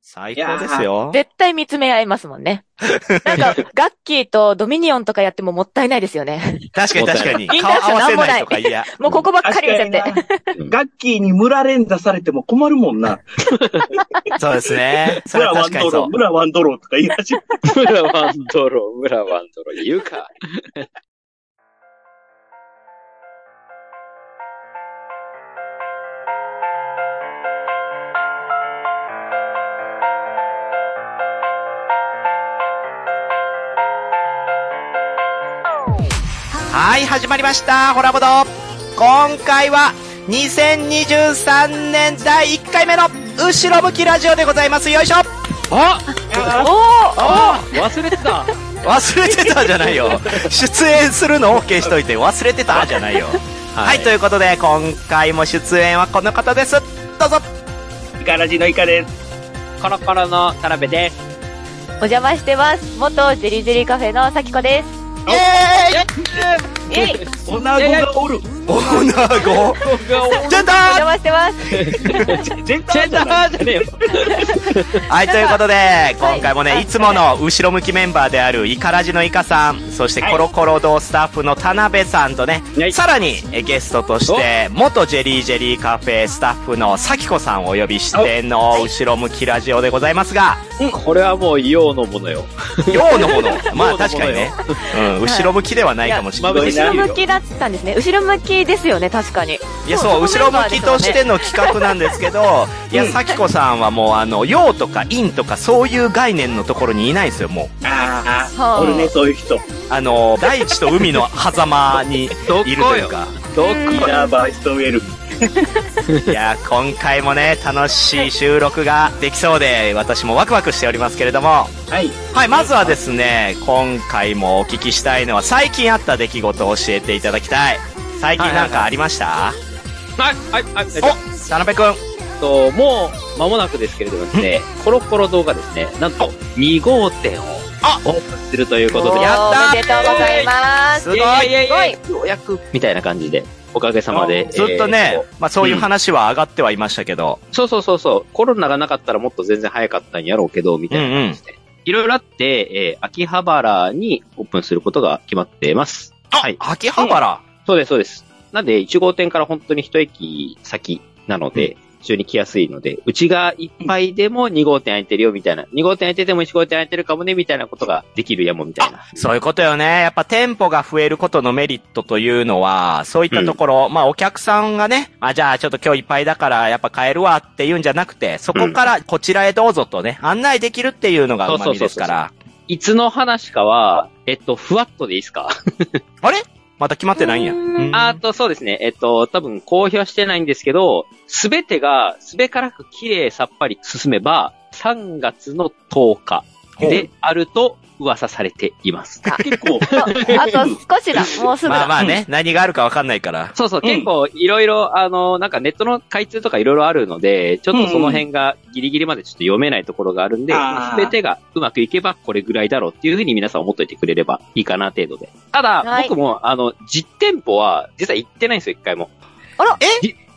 最高ですよ。絶対見つめ合いますもんね。なんか、ガッキーとドミニオンとかやってももったいないですよね。確かに確かに。み顔んな合わせないとか、なんもないいや。もうここばっかり見ちゃって。うんガッキーに村連打されても困るもんな。そうですね。それ村はワン確かドにロそー、 う。村ワンドローとか言い始め村ワンドロー、村ワンドロー、言うか。はい、始まりました。ホラボド。今回は、2023年第1回目の、後ろ向きラジオでございます。よいしょあおあ忘れてた 忘れてたじゃないよ。出演するの OK しといて、忘れてたじゃないよ。はい、ということで、今回も出演はこの方です。どうぞて、イカラジのイカです。コロコロの田辺です。お邪魔してます。元ジェリジェリカフェのさきこです。イエイェイおなごがおる。ーイオナゴジェンおダー邪魔してます。全チ体ェンじゃない。ダーじゃねえよ。はい、ということで、今回もはね、いいつもの後ろ向きメンバーであるイカラジのイカさん、そしてはいコロコロ堂スタッフの田辺さんとねはい、さらにえゲストとして、元ジェリージェリーカフェスタッフのさきこさんをお呼びしての後ろ向きラジオでございますが、これはもう、用のものよ。量のもの。まあ量のものよ確かにね。うん、後ろ向きではないかもしれいやない。まあ後ろ向きだったんですね。後ろ向きですよね、確かに。いや、そう、後ろ向きとしての企画なんですけど、いや、さきこさんはもう、あの、用とか因とかそういう概念のところにいないですよ、もう。あはあ、あおるね、そういう人。あの、大地と海の狭間にいるとどいうか。どこうんイナーバーストウェル。いや、今回もね、楽しい収録ができそうで、私もワクワクしておりますけれども。はい。はい、まずはですね、今回もお聞きしたいのは、最近あった出来事を教えていただきたい。最近なんかありました、はい、はい、はい。えっとお田辺くん。えっと、もう、間もなくですけれどもですね、コロコロ動画ですね、なんと、2号店を、あオープンするということおで、ーやったーおめでとうございます。すごいやややすやようやく、みたいな感じで、おかげさまで。ずっとえねー、まあそういう話は上がってはいましたけど。そうそうそうそう。コロナがなかったらもっと全然早かったんやろうけど、みたいな感じで。いろいろあって、えー秋葉原にオープンすることが決まってます。はい。秋葉原。そうです、そうです。なんで、1号店から本当に一駅先なので、非常に来やすいので、うちがいっぱいでも2号店空いてるよ、みたいな。2号店空いてても1号店空いてるかもね、みたいなことができるやも、みたいな。そういうことよね。やっぱ店舗が増えることのメリットというのは、そういったところ、まあお客さんがね、あ、じゃあちょっと今日いっぱいだからやっぱ買えるわっていうんじゃなくて、そこからこちらへどうぞとね、案内できるっていうのがうまみですから。いつの話かは、えっと、ふわっとでいいですかまた決まってないんや。うーんあと、そうですね。えっと、多分公表してないんですけど、すべてが、すべからく綺麗さっぱり進めば、3月の10日であると噂されています。結構、ああと少しだ。もうすぐまあだ。まあね、何があるかわかんないから。そうそう、うん結構いろいろ、あの、なんかネットの開通とかいろいろあるので、ちょっとその辺がギリギリまでちょっと読めないところがあるんで、うんすべてがうまくいけばこれぐらいだろうっていうふうに皆さん思っといてくれればいいかな程度で。ただ、はい僕も、あの、実店舗は実は行ってないんですよ、一回も。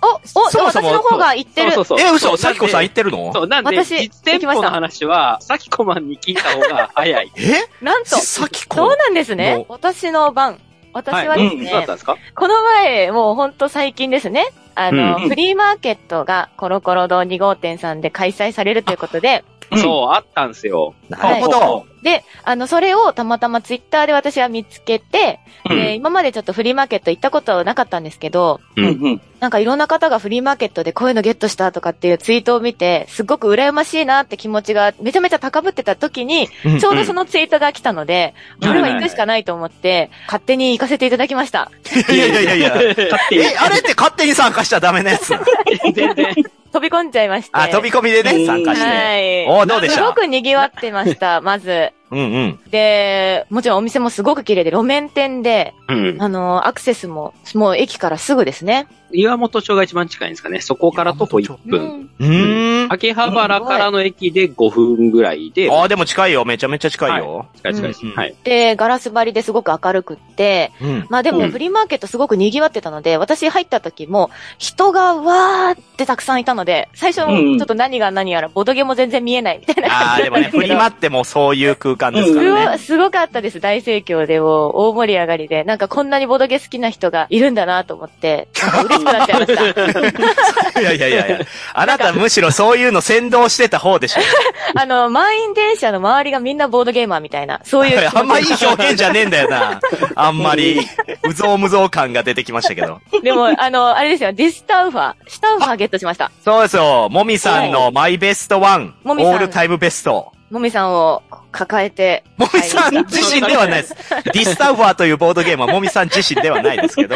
お、お、そもそも私の方が言ってる。そうそうそう。え、嘘さきこさん行行ってるの。そう、なんで、私実店舗の話は、さきこまんに聞いた方が早いえなんと、さきこそうなんですねも。私の番。私はですどうね、だったんですかこの前、もうほんと最近ですね。あの、うんフリーマーケットがコロコロ堂2号店さんで開催されるということで、そう、あったんですよ。なるほど。で、あの、それをたまたまツイッターで私は見つけて、うんで今までちょっとフリーマーケット行ったことなかったんですけど、うん。うんうん。なんかいろんな方がフリーマーケットでこういうのゲットしたとかっていうツイートを見て、すごく羨ましいなって気持ちがめちゃめちゃ高ぶってた時に、うんちょうどそのツイートが来たので、うんこれは行くしかないと思って、勝手に行かせていただきました。いやいやいやいや。 勝手にえ、あれって勝手に参加しちゃダメなやつ。全然。飛び込んじゃいまして。あ、飛び込みでね、参加して。はい。おーどうでした すごく賑わってました、まず。うんうん。で、もちろんお店もすごく綺麗で、路面店で、うん。あの、アクセスも、もう駅からすぐですね。岩本町が一番近いんですかね。そこから徒歩1う分。ん。うーん。秋葉原からの駅で5分ぐらいで、ああ、でも近いよ。めちゃめちゃ近いよ。近い近いです。うんはい。で、ガラス張りですごく明るくって、うん。まあでうもんフリーマーケットすごく賑わってたので、私入った時も人がわーってたくさんいたので、最初うんうんちょっと何が何やらボドゲも全然見えないみたいなあ感あ、じでだも ったんね、フですけど。リマってもうそういう空間ですかすらごね。いすごかったです。大盛況でも、大盛り上がりで。なんかこんなにボドゲ好きな人がいるんだなと思 って、なんか嬉しくなっちゃいました。いやいやいやいや。あ なたむしろそういうの先導してた方でしょ。あの、満員電車の周りがみんなボードゲーマーみたいな、そういう気持ち。あんまいい表現じゃねえんだよな。 あんまり、うぞうむぞう感が出てきましたけど。 でも、あの、あれですよ、ディスタウファー。スタウファーゲットしました。そうですよ。もみさんのマイベストワン、オもみさんールタイムベスト。もみさんを抱えて。もみさん自身ではないです。ディスタウファーというボードゲームはもみさん自身ではないです けど。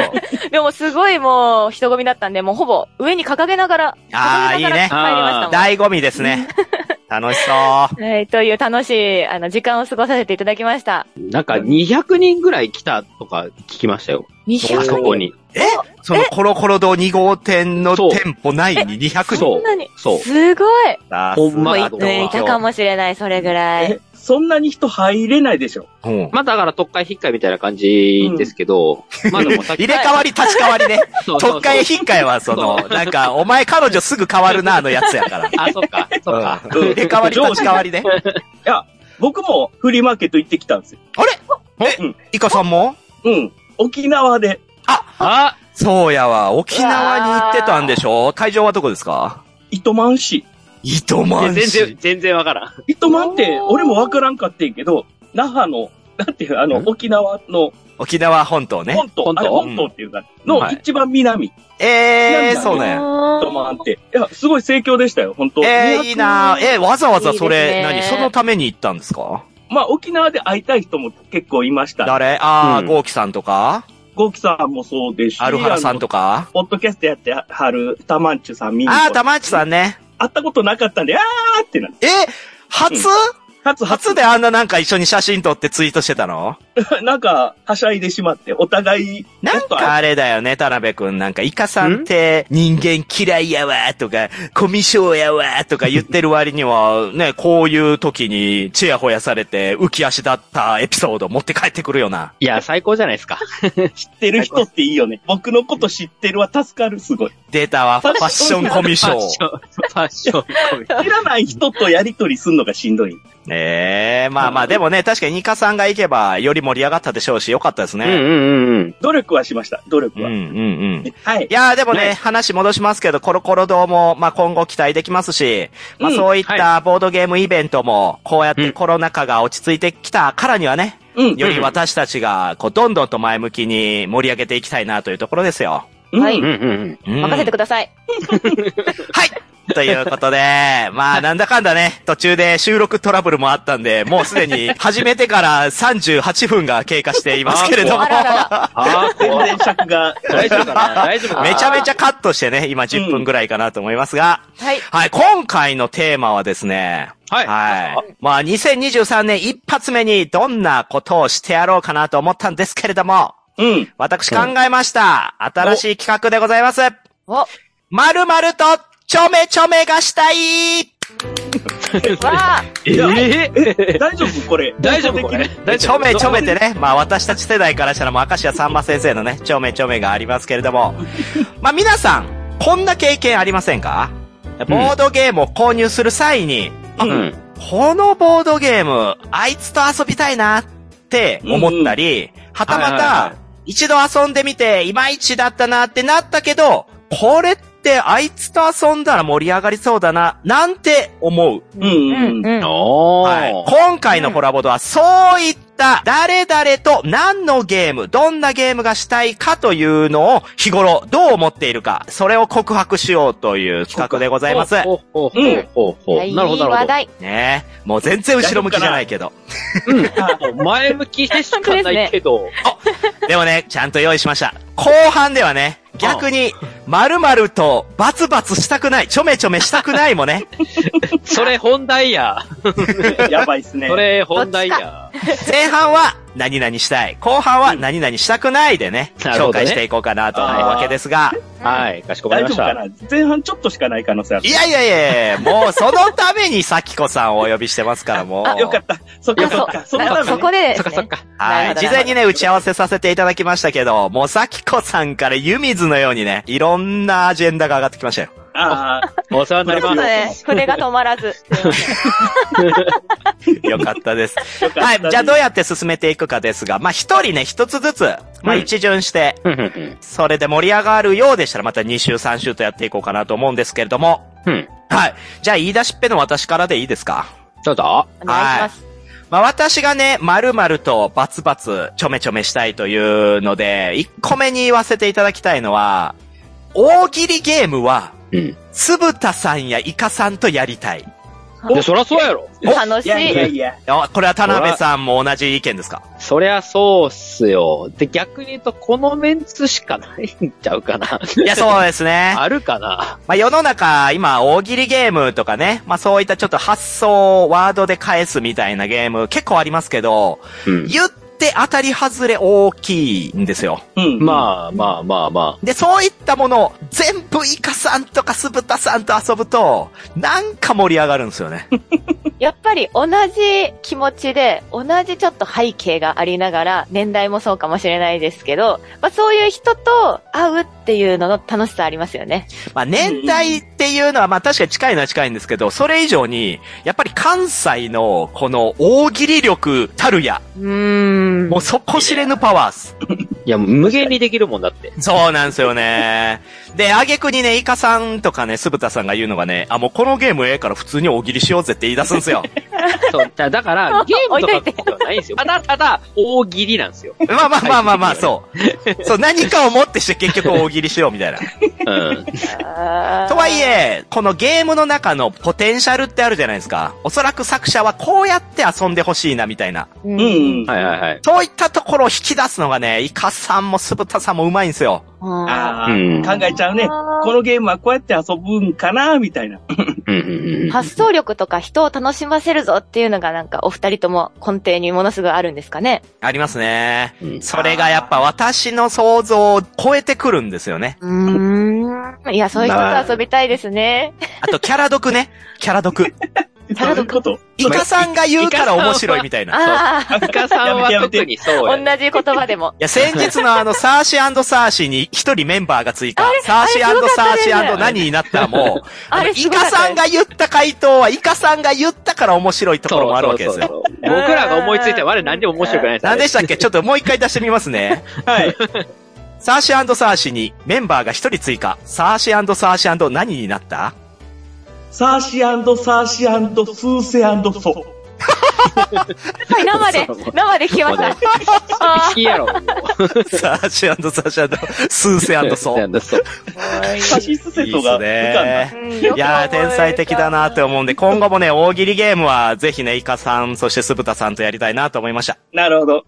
でもすごいもう人混みだったんで、もうほぼ上に掲げながら、あー掲げながらいいね入りましたもん。醍醐味ですね。楽しそう。はい、という楽しい、あの、時間を過ごさせていただきました。なんか200人ぐらい来たとか聞きましたよ。 200あそこに。そのコロコロ堂2号店のそう店舗内に200人そうそんなに。そうすごい。だほんもうまいいたかもしれない、それぐらい。え、そんなに人入れないでしょ。うんまあだから、特会引っかいみたいな感じですけど、まあでもさっ入き、れ替わり立ち替わりね。 そうそうそう特会引っかいはその、なんか、お前彼女すぐ変わるな、のやつやから。あ、そっか、 そっか。うん入れ替わり立ち替わ りね。僕もフリーマーケット行ってきたんですよ。イカさんもうん。沖縄で。あそうやわ。沖縄に行ってたんでしょ会場はどこですか糸満市。糸全満然市。、全然わからん。糸満って、おー俺もわからんかってんけど、那覇の、なんていう、あのん、沖縄の沖縄本島ね。本島、本島あれ本島っていうか、はのい一番南、えなんだー、そうね。糸満ねって。いや、すごい盛況でしたよ、本当えー、 200いいなえー、わざわざそいいれ、ですね何そのために行ったんですかまあ、沖縄で会いたい人も結構いました。誰あうー、んゴーキさんとかゴキさんもそうですし、アルハラさあんのとかポッドキャストやってはる、たまんちゅさん見に行あこー、う。玉内さんね。会ったことなかったんで、あーってなる。え初初初であんななんか一緒に写真撮ってツイートしてたの なんか、はしゃいでしまって、お互い、なんかあれだよね、田辺くん。なんか、イカさんっんて人間嫌いやわーとか、コミショやわーとか言ってる割には、ね、 こういう時にチヤホヤされて浮き足だったエピソード持って帰ってくるよな。いや、最高じゃないですか。知ってる人っていいよね。僕のこと知ってるは助かる、すごい。出たわ、ファッションコミショファッション、ファッションコミ。知らない人とやりとりすんのがしんどい。ええまあまあ、でもね、確かにイカさんが行けばより盛り上がったでしょうし、よかったですうんね。うんうんうん。努力はしました、努う力ん、うは。ん、うん。はいい。やーでもね、ね話戻しますけど、コロコロ堂も、まあ、今後期待できますし、まあ、うんそういっはたボードゲームイベントも、こうやってうんコロナ禍が落ち着いてきたからにはね、うん。より私たちが、こう、どんどんと前向きに盛り上げていきたいなというところですよ。うんはいうんうんうん。うん任せてください。はいということで、まあ、なんだかんだね、途中で収録トラブルもあったんで、もうすでに始めてから38分が経過していますけれどもあ、ららら。あー、全怖い然。尺が。大丈夫かな大丈夫かなめちゃめちゃカットしてね、今10分ぐらいかなと思いますが、はい。はい、今回のテーマはですね、はい。はい。まあ、2023年一発目にどんなことをしてやろうかなと思ったんですけれども、うん。私考えました。新しい企画でございます。お、 わまるまると、ちょめちょめがしたいあ、えー大丈夫これ。 大丈夫これ大ち丈ょ夫めちょめってね、まあ私たち世代からしたらもう明石家さんま先生のね、ちょめちょめがありますけれども、 まあ皆さん、こんな経験ありませんかボードゲームを購入する際に、う。うんん。このボードゲーム、あいつと遊びたいなって思ったり、はたまはいはいたは、一度遊んでみて、いまいちだったなってなったけど、これってあいつと遊んだら盛り上がりそうだな、なんて思う。う。うんん、うん。おはいー。今回のホラボードは、そういった、誰々と何のゲーム、どんなゲームがしたいかというのを、日頃どう思っているか、それを告白しようという企画でございます。ほうほうほうほうほう。なるほど、いいな話る題。ねえ。もう全然後ろ向きじゃないけど。ほど。前向きでしかないけど。 でもね、ちゃんと用意しました。後半ではね、逆に、〇〇とバツバツしたくない、ちょめちょめしたくないもね、 それ本題や。やばいっすね。それ本題や。前半は何々したい、後半は何々したくないでね、なるほ紹どね介していこうかなと思うわけですが、はい、かしこまり大ま丈し夫かた。な前半ちょっとしかない可能性あるい。やいやいやいやもうそのために咲子さんをお呼びしてますから、もう。よかった。そっいやかそそっうか。そんななんのかそねこででそすっかそっね。か。なはるほい。ど事前にね、打ち合わせさせていただきましたけど、もう咲子さんから湯水のようにね、いろんなアジェンダが上がってきましたよ。ああ、お世話になりちょっまとす。ね、筆が止まらず。 よかったです。よかった。はい。じゃあどうやって進めていくかですが、まあ一人ね、一つずつ、まあうん一巡して、うんうんそれで盛り上がるようでしたら、また2週3週とやっていこうかなと思うんですけれども、うんうん。はい。じゃあ言い出しっぺの私からでいいですかどうぞ。お願いします。まあ私がね、〇〇とバツバツちょめちょめしたいというので、1個目に言わせていただきたいのは、大喜利ゲームは、うん。つぶたさんやイカさんとやりたい。で、そらそうやろ。楽しいやいやい。いや。あこれは田辺さんも同じ意見ですかそりゃそうっすよ。で、逆に言うと、このメンツしかないんちゃうかな。いや、そうですね。あるかな。まあ、世の中、今、大喜利ゲームとかね、まあ、そういったちょっと発想をワードで返すみたいなゲーム結構ありますけど、うん。言って当たり外れ大きいんですよ。うん。あ。まあまあまあまで、そういったものを全部イカさんとかスブタさんと遊ぶと、なんか盛り上がるんですよね。やっぱり同じ気持ちで、同じちょっと背景がありながら、年代もそうかもしれないですけど、まあそういう人と会うっていうのの楽しさありますよね。まあ、年代っていうのは、まあ、確かに近いのは近いんですけど、それ以上に、やっぱり関西の、この大喜利力たるや、うーん。もう底知れぬパワーっす。あ。いや、無限にできるもんだって。そうなんですよね。で、あげくにね、イカさんとかね、スブタさんが言うのがね、あ、もうこのゲームええから普通に大喜利しようぜって言い出すんです よ。そう。だだから、ゲーム置といかといてではないんですよ。ただただ、大喜利なんですよ。まあまあまあまあまあ、そう。そう、何かをもってして結局大喜利しようみたいな。うん。 あーとはいえ、このゲームの中のポテンシャルってあるじゃないですか。おそらく作者はこうやって遊んでほしいなみたいな。う。うんん。はいはいはい。そういったところを引き出すのがね、イカさんもスブタさんもうまいんですよ。あああ、うん考えちゃうね。あーこのゲームはこうやって遊ぶんかなみたいな。うんうんうーん。発想力とか人を楽しませるぞっていうのがなんかお二人とも根底にものすごいあるんですかね。ありますね。うんそれがやっぱ私の想像を超えてくるんですよね。うーん。いや、そういう人と遊びたいですね。あと、キャラ読ね。キャラ読。どういうことイカさんが言うから面白いみたいな。いああ、イカさんはやめてや特めにそう同やじね。言葉でも。 や、先日のあの、サーシーサーシーに一人メンバーが追加。サーシーあれすごかったサーシねー何になったも、あれ、イカさんが言った回答は、イカさんが言ったから面白いところもあるわけですよ。そうそうそう僕らが思いついて、我何でも面白くないです。何でしたっけちょっともう一回出してみますね。はい。サーシーサーシーにメンバーが一人追加。サーシーサーシー何になったサーシーサーシースーセーソ。はい、生でそう、生で聞きま した。好あきやろ。サーシーサーシースーセソ ー。そう。カシスセトが浮かんだ。ねーうんいやー、天才的だなって。思うんで、今後もね、大喜利ゲームは、ぜひね、イカさん、そしてスブタさんとやりたいなと思いました。なるほど。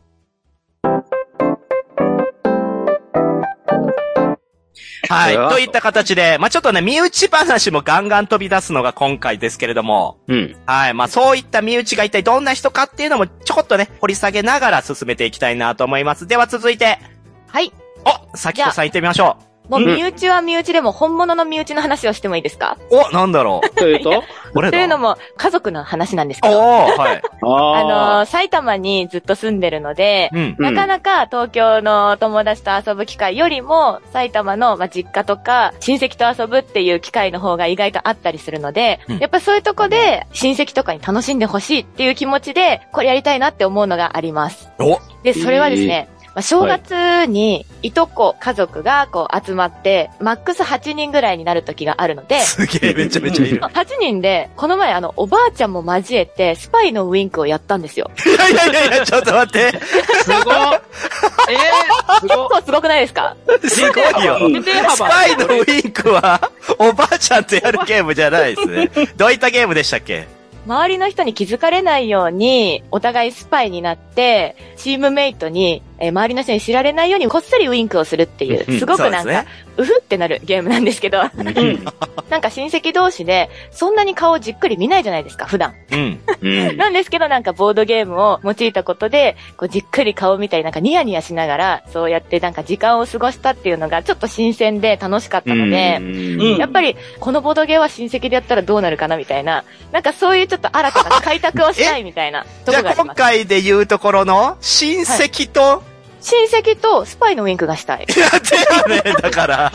はい。それはといった形で、まあ、ちょっとね、身内話もガンガン飛び出すのが今回ですけれども、うん。はい。まあ、そういった身内が一体どんな人かっていうのも、ちょこっとね、掘り下げながら進めていきたいなと思います。では続いて、はい。お、さきこさん行ってみましょもう身内は身内でも本物の身内の話をしてもいいですかう。お、なんだろう。というと俺 とだ。いうのも家族の話なんですけど。おー、はい。ああのー、埼玉にずっと住んでるので、うん。うんなかなか東京の友達と遊ぶ機会よりも、埼玉の、まあ、実家とか、親戚と遊ぶっていう機会の方が意外とあったりするので、うんやっぱそういうとこで、親戚とかに楽しんでほしいっていう気持ちで、これやりたいなって思うのがあります。お、で、それはですね、まあ、正月に、いとこ、家族がこう集まって、マックス8人ぐらいになる時があるので、すげえ、めちゃめちゃいる。 8人で、この前あの、おばあちゃんも交えて、スパイのウィンクをやったんですよ。いやいやいやいや、ちょっと待 って。ー、すごっえー、すごっそう、すごくないですかすごいよ。うん手ス幅パイのウィンクは、おばあちゃんとやるゲームじゃないですね。どういったゲームでしたっけ周りの人に気づかれないように、お互いスパイになって、チームメイトにえー周りの人に知られないようにこっそりウインクをするっていうう、んすごくなんそうですかね、うふってなるゲームなんで すけど、うん。なんか親戚同士で、そんなに顔をじっくり見ないじゃないですか、普段。うん。うん。なんですけど、なんかボードゲームを用いたことで、こうじっくり顔を見たり、なんかニヤニヤしながら、そうやってなんか時間を過ごしたっていうのが、ちょっと新鮮で楽しかったので、うんやっぱり、このボードゲーは親戚でやったらどうなるかなみたいな、なんかそういうちょっと新たな開拓をしたいみたいなとじこゃがああり今ます。回で言うところの、親戚と、親戚とスパイのウィンクがしたい。い い、やってるね、だから。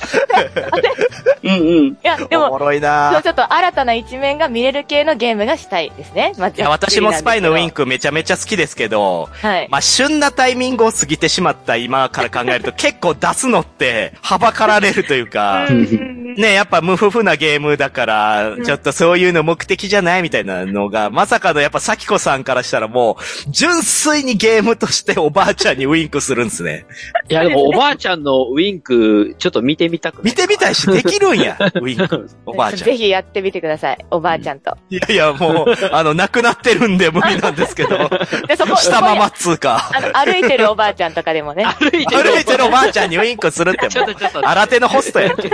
うんうん。や、 でおも、もろいそなうちょっと新たな一面が見れる系のゲームがしたいですね。まいずや、私もスパイのウィン。クめちゃめちゃ好きですけど、はい。まあ、旬なタイミングを過ぎてしまった今から考えると結構出すのって、はばかられるというかう、んね、やっぱ無夫婦なゲームだから、ちょっとそういうの目的じゃないみたいなのが、まさかのやっぱ咲子さんからしたらもう、純粋にゲームとしておばあちゃんにウィンクするんですね。いや、でもおばあちゃんのウィンク、ちょっと見てみたく見てみたいし、できるんや、ウィンク。おばあちゃん。ぜひやってみてください。おばあちゃんと。いやいや、もう、あの、亡くなってるんで無理なんですけど、で、そこ、したままこっつうか、こにあの、歩いてるおばあちゃんとかでもね。歩いてる。歩いてるおばあちゃんにウィンクするって ちょもう、っとちょっと。新手のホストやんけ。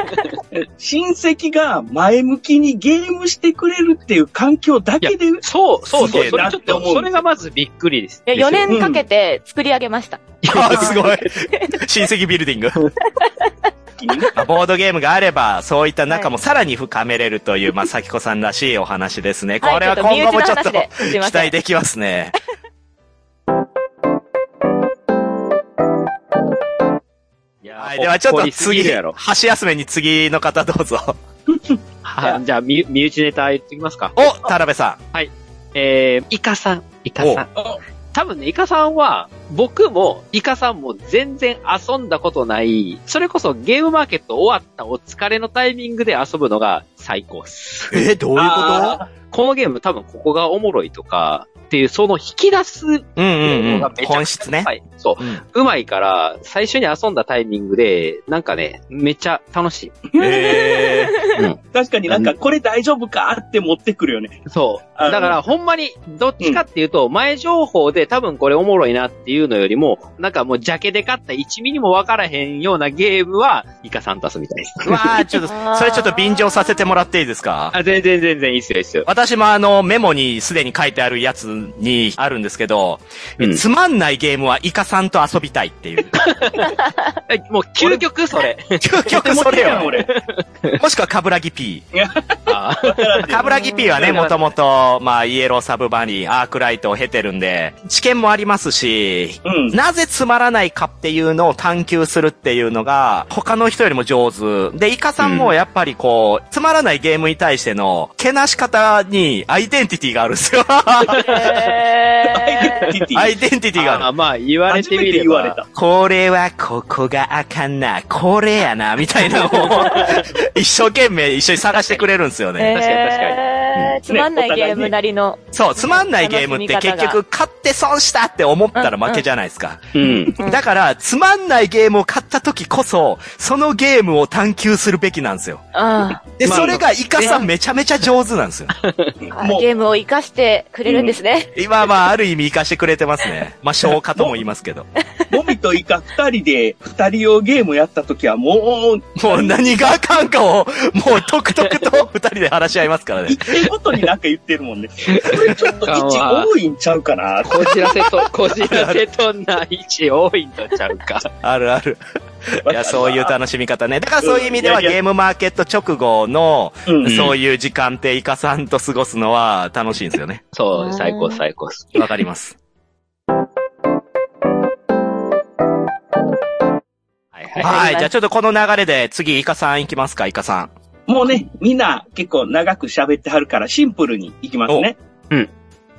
親戚が前向きにゲームしてくれるっていう環境だけで、そう、そうそう。すそげえれなちょっって思うんですよと、それがまずびっくりです。いや4ですよ年かけて作り上げました。あーすごい。親戚ビルディング。まあボードゲームがあれば、そういった仲もさらに深めれるという、まあ、咲子さんらしいお話ですね。これは今後もちょっと、期期待。できますね。いやはい、ではちょっと次、やろ。箸休めに次の方どう ぞ。はいじゃあ、身身内ネタ言ってきますか。お、田辺さえー、イカさん。イカさん。多分ね、イカさんは、僕も、イカさんも全然遊んだことない、それこそゲームマーケット終わったお疲れのタイミングで遊ぶのが最高っす。ん。え、どういうこあこのゲーム多分ここがおもろいとか、っていう、その引き出す、とうんうんうがんめちゃく。ちゃ本質ね。はい、そうう、うまいから、最初に遊んだタイミングで、なんかね、めっちゃ楽しん。 えー確かになんか、これ大丈夫かって持ってくるよね。い。そう。あだから、ほんまに、どっちかっていうと、前情報で多分これおもろいなっていうのよりも、なんかもうジャケで勝った1ミリもわからへんようなゲームは、イカさん出すみたいです。ー、わあちょっと、それちょっと便乗させてもらっていいですかあ、全然全然いいっすよ、いいっすよ。私もあの、メモにすでに書いてあるやつにあるんですけど、うんつまんないゲームはイカさんと遊びたいっていう。えもう究極それ。究極それよ。俺。もしくはカブラギ P。あカブラギ P はね、もともと、まあ、イエローサブバニー、アークライトを経てるんで、知見もありますし、うん。なぜつまらないかっていうのを探求するっていうのが、他の人よりも上手。で、イカさんもやっぱりこう、つまらないゲームに対しての、けなし方にアイデンティティがあるんですよ。アイへデンティティアイデンティティがあるあ。まあ、言われ初てめみてれ言われば。た。これはここがあかんな、これやな、みたいなの を、一生懸命一緒に探してくれるんですよーね。確かに確かにへーつまんないゲームなりの。そう、つまんないゲームって結局、勝って損したって思ったら負けじゃないですか。うん。うんだから、つまんないゲームを買った時こそ、そのゲームを探求するべきなんですよ。あで、まあそれがイカさんめちゃめちゃ上手なんですよ。あもうゲームを活かしてくれるんですね。今はまあ、ある意味イカしてくれてますね。まあ、消化とも言いますけど。ボビとイカ二人で二人用ゲームやった時はもう、もう何があかんかを、もう、とくとくと二人で話し合いますからね一。点ごとになんか言ってるもんね。これちょっと位置多いんちゃうかなこじらせと、 こじらせとんな位置多いんとちゃうか。あるある。いや、そういう楽しみ方ね。だからそういう意味ではうんいやいやゲームマーケット直後の、うん。そういう時間ってイカさんと過ごすのは楽しいんですよ ね。そうう、ん最高最高っす。わかります。はいはい。はい。じゃあちょっとこの流れで次イカさん行きますか、イカさん。もうね、みんな結構長く喋ってはるからシンプルにいきますね。おうん。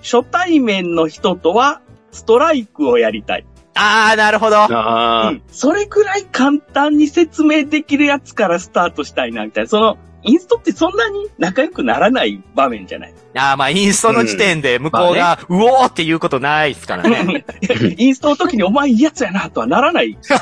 初対面の人とはストライクをやりたい。あー、なるほど。あう。ん。それくらい簡単に説明できるやつからスタートしたいな、みたいな。その、インストってそんなに仲良くならない場面じゃない。あー、まあインストの時点で向こうが、うおーっていうことないですからね。インストの時にお前いいやつやなとはならない。お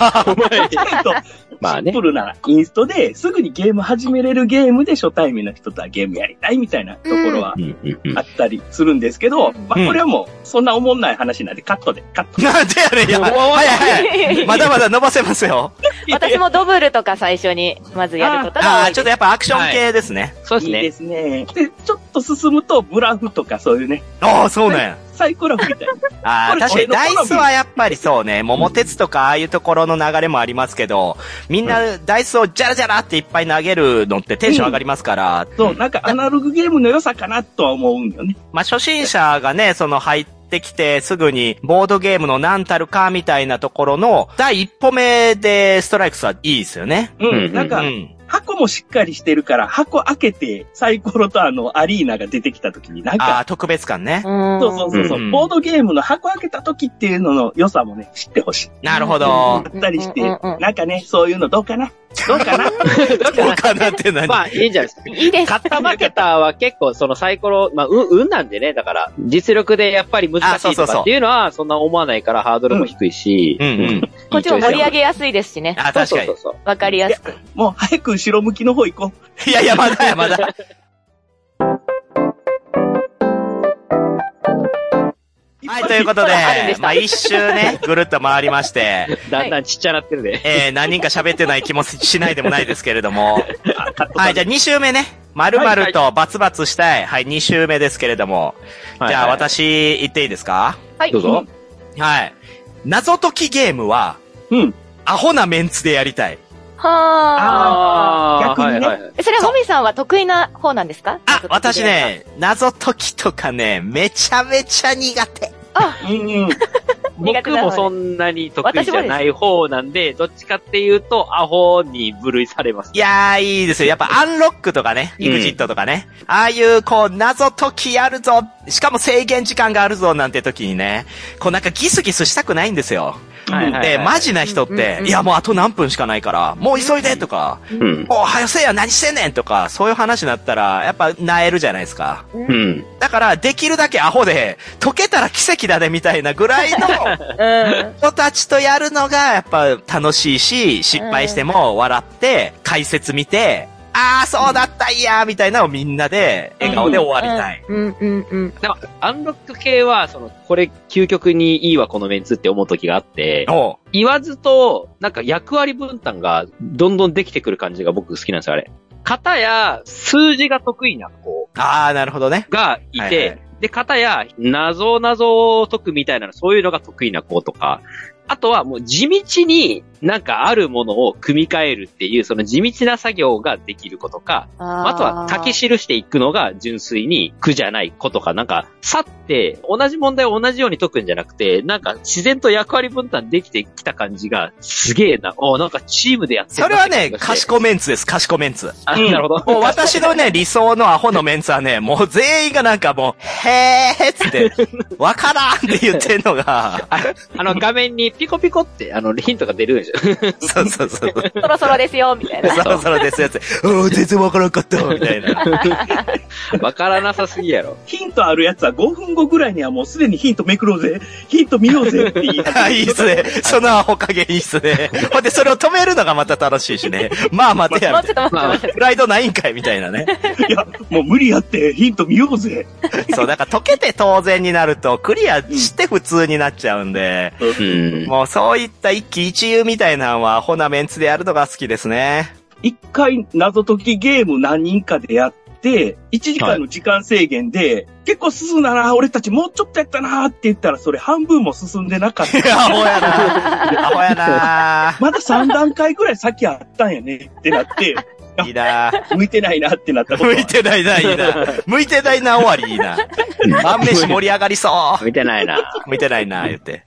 前ちょっとまあねシンプルなインストで、すぐにゲーム始めれるゲームで初対面の人とはゲームやりたいみたいなところはうんうんうんあったりするんですけど、うんまあこれはもう、そんな思んない話なんでカットで、カットで。 なんでやねん、いや。早い早い。まだまだ伸ばせますよ。 私もドブルとか最初に、まずやることがあ多あ、いちょっでとやっぱアクション系ですね。そうですいいねで。すね。で、ちょっと進むと、ブラフとかそういうね、ああ、そうなんや。サイコロフみたいな。あこあ、れ確かにダ俺イの好みスはやっぱりそうね、桃鉄とかああいうところの流れもありますけど、みんなダイスをジャラジャラっていっぱい投げるのってテンション上がりますから、そう、なんかアナログゲームの良さかなとは思うんよね。まあ初心者がね、その入ってきてすぐにボードゲームの何たるかみたいなところの第一歩目でストライクスはいいですよね。ううんん。なんうか、ん。箱もしっかりしてるから、箱開けて、サイコロとあの、アリーナが出てきた時になんあか、あ、特別感ね。うんそうそうそうそう、うんボードゲームの箱開けた時っていうのの良さもね、知ってほしい。なるほど。あったりして、うんうんうんなんかね、そういうのどうかなどうかなどうかなって何 まあ、いいんじゃないですか。いいです。勝った負けたは結構そのサイコロ、まあ、運、運なんでね、だから、実力でやっぱり難しあそういそとうそうかっていうのは、そんな思わないからハードルも低いし、うんうん。こっちも盛り上げ、げやすいですしね。あ、そう確そかうにそう。そう。わかりやすく。もう早く後ろ向きの方行こう。いやいや、まだや、まだ。 はい、ということでいっぱいあるんでし、たまあ一周ね、ぐるっと回りまして、だんだんちっちゃなってるで。えー、何人か喋ってない気もしないでもないですけれども。あカットはい、じゃあ2周目ね。〇〇とバツバツしたい。はい、2周目ですけれども。じゃあはいはい、私、言っていいですかはい。どうぞ。はい。謎解きゲームは、うん。アホなメンツでやりたい。はあ。あー逆にねはいはいはいえそれ、ホミさんは得意な方なんですかあ、私。ね、謎解きとかね、めちゃめちゃ苦手。うんうん。苦手僕なのもでそんなに得意じゃない方なんで、どっちかっていうと、アホに部類されます。いやー、いいですよ。やっぱ、アンロックとかね、うんイグジットとかね。ああいう、こう、謎解きやるぞ。しかも制限時間があるぞ、なんて時にね。こう、なんかギスギスしたくないんですよ。はいはいで、マジな人っうんうんてう、んいや、もうあと何分しかないから、もう急いでとか、うん。もう早せや、何してんねんとか、そういう話になったら、やっぱ、なえるじゃないですか。うん。だから、できるだけアホで、解けたら奇跡だね、みたいなぐらい の、うん。人たちとやるのがやっぱ楽しいし、失敗しても笑って、解説見て、ああ、そうだったんや、みたいなのをみんなで、笑顔で終わりたい。うんうんうん。なんか、アンロック系は、その、これ、究極にいいわ、このメンツって思う時があって、おう言わずと、なんか役割分担がどんどんできてくる感じが僕好きなんですよ、あれ。方や、数字が得意な子ああ、なるほどね。がいて、はいはいで、方や、謎謎を解くみたいな、そういうのが得意な子とか、あとはもう地道になんかあるものを組み替えるっていう、その地道な作業ができる子とか、ああとは書き記していくのが純粋に苦じゃない子とか、なんか、去って、同じ問題を同じように解くんじゃなくて、なんか自然と役割分担できてきた感じが、すげえな。おなんかチームでやってるそれはね、 い。賢メンツです、賢メンツ。あ、うんなるほど。もう私のね、理想のアホのメンツはね、もう全員がなんかもう、へーっつって、わからんって言ってんのが、 あの、画面にピコピコって、あの、ヒントが出る んですよ。そうそうそう。そろそろですよ、みたいな。 そろそろですやつ。うん、全然わからんかった、みたいな。わからなさすぎやろ。ヒントあるやつは5分後ぐらいにはもうすでにヒントめくろうぜ。ヒント見ようぜって言い始めあ、いいっすね。そのアホ加減いいっすね。ほんで、それを止めるのがまた楽しいしね。まあ待てもやう、ちょっと待ってまあ待って。プライドないんかいみたいなね。いや、もう無理やってヒント見ようぜ。そう、だから解けて当然になると、クリアして普通になっちゃうんで、うん。もうそういった一喜一憂みたいなのは、アホなメンツでやるのが好きですね。一回謎解きゲーム何人かでやって、1時間の時間制限で、結構進んだな、俺たちもうちょっとやったなって言ったら、それ半分も進んでなかった。アホやなアホやなまだ3段階ぐらい先あったんやねってなって、 いいな向いてないなってなったこと向はいてないな、いいな。向いてないな、終わりいいな。晩飯盛り上がりそ見てないな。う。向いてないな、言って。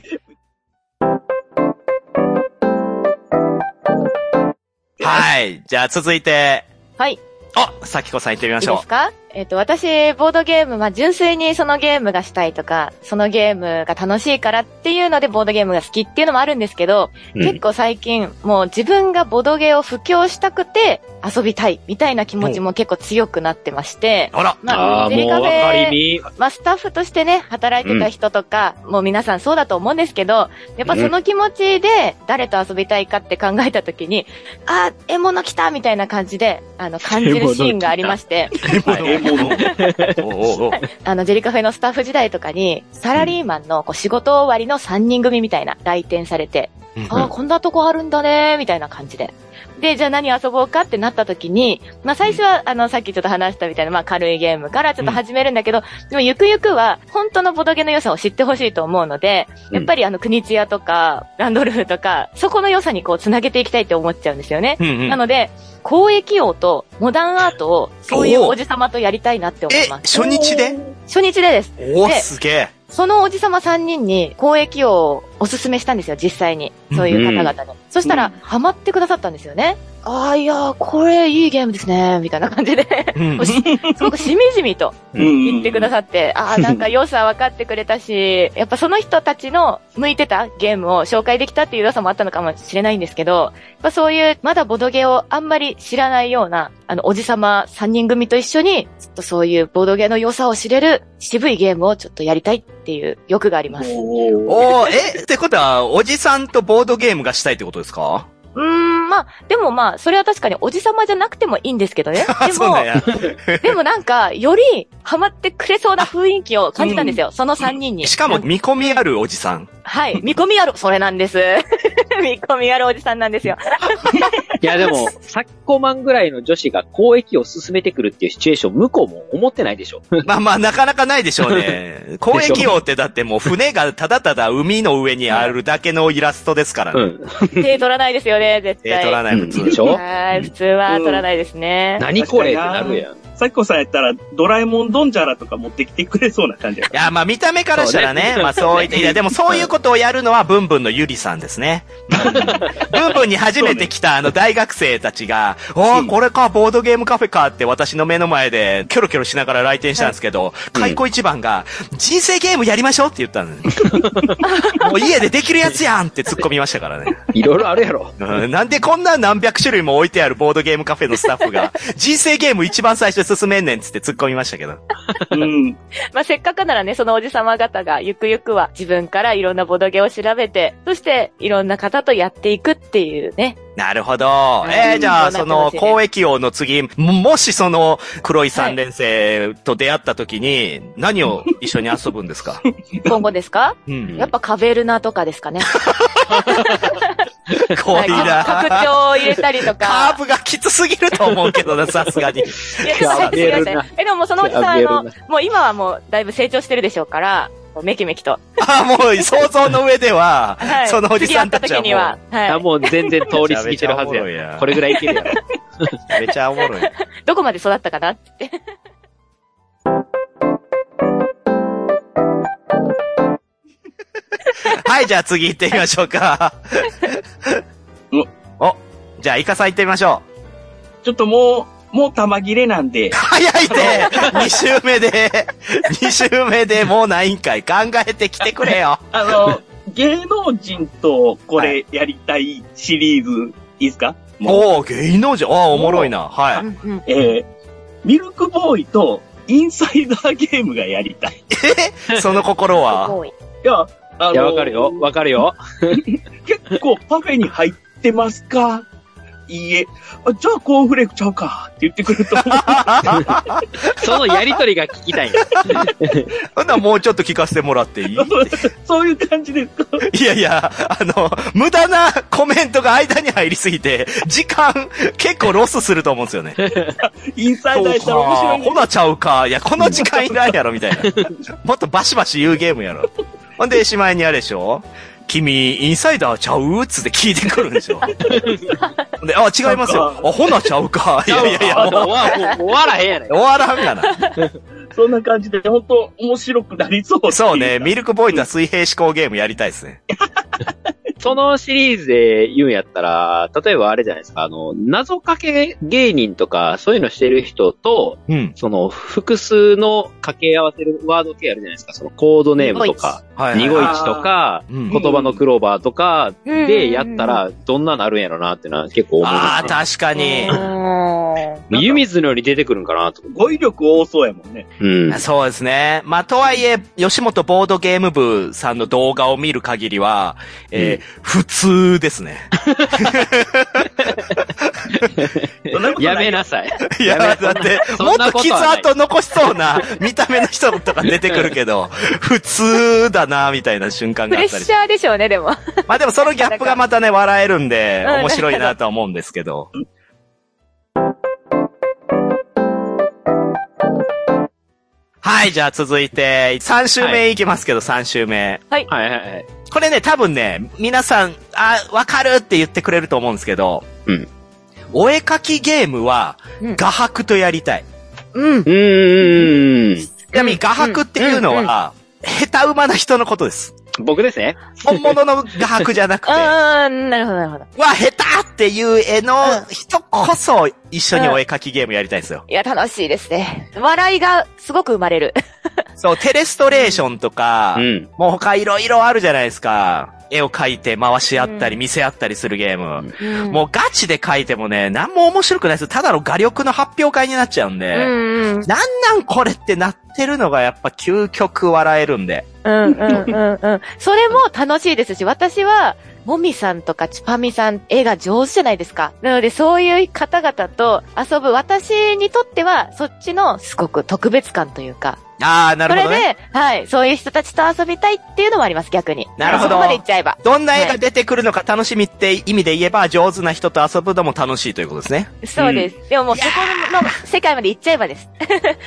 はい。じゃあ続いて、はい。あ、さきこさん行ってみまいいしでょすかう。えっ、と、私、ボードゲーム、まあ、純粋にそのゲームがしたいとか、そのゲームが楽しいからっていうので、ボードゲームが好きっていうのもあるんですけど、うん結構最近、もう自分がボドゲを布教したくて、遊びたい、みたいな気持ちも結構強くなってまして、あら、まあ、デリカフわかェ、りみ。まあ、スタッフとしてね、働いてた人とか、もう皆さんそうだと思うんですけど、やっぱその気持ちで、誰と遊びたいかって考えた時に、あー、獲物来たみたいな感じで、あの、感じるシーンがありまして、はいえもの。おうおうおうあの、ジェリカフェのスタッフ時代とかに、サラリーマンのこう仕事終わりの3人組みたいな来店されて、うんああ、こんなとこあるんだね、みたいな感じで。で、じゃあ何遊ぼうかってなった時に、まあ最初は、あの、さっきちょっと話したみたいな、まあ軽いゲームからちょっと始めるんだけど、でもゆくゆくは、本当のボドゲの良さを知ってほしいと思うので、うんやっぱりあの、国津屋とか、ランドルフとか、そこの良さにこう、繋げていきたいって思っちゃうんですよね。うんうんなので、公益王とモダンアートを、そういうおじさまとやりたいなって思えい、ます。初日で初日でです。おおですげえ。そのおじさま3人に公益をおすすめしたんですよ、実際に。そういう方々に。そしたら、ハマってくださったんですよね。ああ、いやー、これいいゲームですね、みたいな感 じで、うんおしすごくしみじみとうん言ってくださって、ああ、なんか良さ分かってくれ たし、やっぱその人たちの向いてたゲームを紹介できたっていう良さもあったのかもしれないんですけど、やっぱそういう、まだボドゲをあんまり知らないような、あの、おじさま3人組と一緒に、ちょっとそういうボドゲの良さを知れる渋いゲームをちょっとやりたいっていう欲があります。おーおーえ、ってことは、おじさんとボードゲームがしたいってことですかうーん、まあ、でもまあ、それは確かにおじさまじゃなくてもいいんですけど ね。あ、でそうなんも、や。でもなんか、よりハマってくれそうな雰囲気を感じたんですよ、その3人に。しかも、見込みあるおじさん。はい。見込みある、それなんです。 見込みあるおじさんなんですよ。いやでも、昨今マンぐらいの女子が交易を進めてくるっていうシチュエーション、向こうも思ってないでしょ。まあまあ、なかなか ないでしょうね。公益王ってだってもう船がただただ海の上にあるだけのイラストですからうね。ん。手取らないですよね、絶えー対。取らない普通うんでしょはい。普通は取らないですね。何これってなるやん。さっこさんやったら、ドラえもんドンジャラとか持ってきてくれそうな感じやいや、まあ見た目からしたらね、 そうねまあそういった、いやでもそういうことをやるのはブンブンのゆりさんです ね。ブンブンに初めて来たあの大学生たちが、おうーんこれか、ボードゲームカフェかって私の目の前でキョロキョロしながら来店したんですけど、開口一番が、人生ゲームやりましょうって言ったのね。 もう家でできるやつやんって突っ込みましたからね。いろいろあるやろ。うんなんでこんな何百種類も置いてあるボードゲームカフェのスタッフが、人生ゲーム一番最初に進めんねんっつって突っ込みましたけど。うん。まあ、せっかくならね、そのおじさま方が、ゆくゆくは自分からいろんなボドゲを調べて、そして、いろんな方とやっていくっていうね。なるほど。えうー、んじゃあ、そうそなっの、てほしいね公益王の次、ももしその、黒い三連星と出会った時に、何を一緒に遊ぶんですか今後ですかうん。やっぱカベルナとかですかね。怖い はい拡な張を入れたりとカーか。ブがきつすぎると思うけどな、さすがに。いや、ちょっと早くすぎませカベルナん。え、でももうそのおじさん、カあベルナの、もう今はもうだいぶ成長してるでしょうから、もうめきめきと。あー、もう、想像の上では、はい。 そのおじさんたちはも次会ったう、時には、あはい。もう全然通り過ぎてるはずやん。これぐらいい けるやろ。めちゃおもろい。どこまで育ったかなって。はい、じゃあ次行ってみましょう か。お、じゃあ、イカさん行ってみましょう。ちょっともう、もう玉切れなんで、 早いて !2 週目で、2週目でもうないんかい。考えてきてくれよ。あの、芸能人とこはれやりたいシリーズ、いいですかもう、おお芸能人。ああ、おもろいな。はうんうんえー、ミルクボーイとインサイダーゲームがやりたい。い。その心は。多いいや、あいや、わかるよ。わか るよ。結構パフェに入ってますかいいえ。あじゃあコーンフレークちゃうかって言ってくると思う。そのやりとりが聞きたいんや。ほんならもうちょっと聞かせてもらっていい そういう感じですかいやいや、あの、無駄なコメントが間に入りすぎて、時間結構ロスすると思うんですよね。インサイダーやったら面白いねほなちゃうか。いや、この時間いらんやろ、みた いな。もっとバシバシ言うゲームやろ。ほんで、しまいにあれでしょ君、インサイダーちゃうつって聞いてくるんでしょ。ほんで、あ、違いますよ。あ、ほ なちゃうか。いやいやいや、ももう、うもう終わらへんやね終わらんがな。そんな感じで、本当面白くなりそうっていかそうね、ミルクボーイとは水平思考ゲームやりたいですね。そのシリーズで言うんやったら、例えばあれじゃないですか、あの、謎かけ芸人とか、そういうのしてる人と、うん。その、複数の掛け合わせるワード系あるじゃないですか、そのコードネームとか、はニゴイチとか、うん言葉のクローバーとか、うんでやったら、どんなのあるんやろなってのは結構思うんですああ、確かに。うよ。湯水のように出てくるんかなと思っ 語て。彙力多そうやもんね。うん。そうですね。まあ、とはいえ、吉本ボードゲーム部さんの動画を見る限りは、えー普通ですね。そんなことないやめなさい。いや、やめだって、そんもっなと傷跡残しそうな見た目の人とか出てくるけど、普通だな、みたいな瞬間んプがあレっッたりシ。ャーでしょうね、でも。まあでもそのギャップがまたね、笑えるんで、うん面白いなとは思うんですけど。はい、じゃあ続いて、3週目いきますけど、3週目。はいはいはい。これね、多分ね、皆さん、あ、わかるって言ってくれると思うんですけど、うんお絵描きゲームは、うん画伯とやりたい。うん。うーん。ちなみに画伯っていうのうんは、下手馬な人のことです。僕ですね。本物の画伯じゃなくて、わ、 あー、なるほど、なるほど。下手っていう絵の人こそ一緒にお絵描きゲームやりたいんですよ。いや、楽しいですね。笑いがすごく生まれる。そう、テレストレーションとか、うん。もう他いろいろあるじゃないですか。絵を描いて回し合ったり見せ合ったりするゲーム。もうガチで書いてもね、何も面白くないです。ただの画力の発表会になっちゃうんうん、うで、ん、うん。なんなんこれってなってるのがやっぱ究極笑えるんで。うんうんうんうん。それも楽しいですし、私は、もみさんとかちぱみさん、絵が上手じゃないですか。なので、そういう方々と遊ぶ私にとっては、そっちのすごく特別感というか、あー、なそるれほどね。で、はい、そういう人たちと遊びたいっていうのもあります、逆に。なるほどそこまで行っちゃえば。どんな絵が出てくるのか楽しみって意味で言えば、上手な人と遊ぶのも楽しいということですね。そうです。でももう、そこの世界まで行っちゃえばです。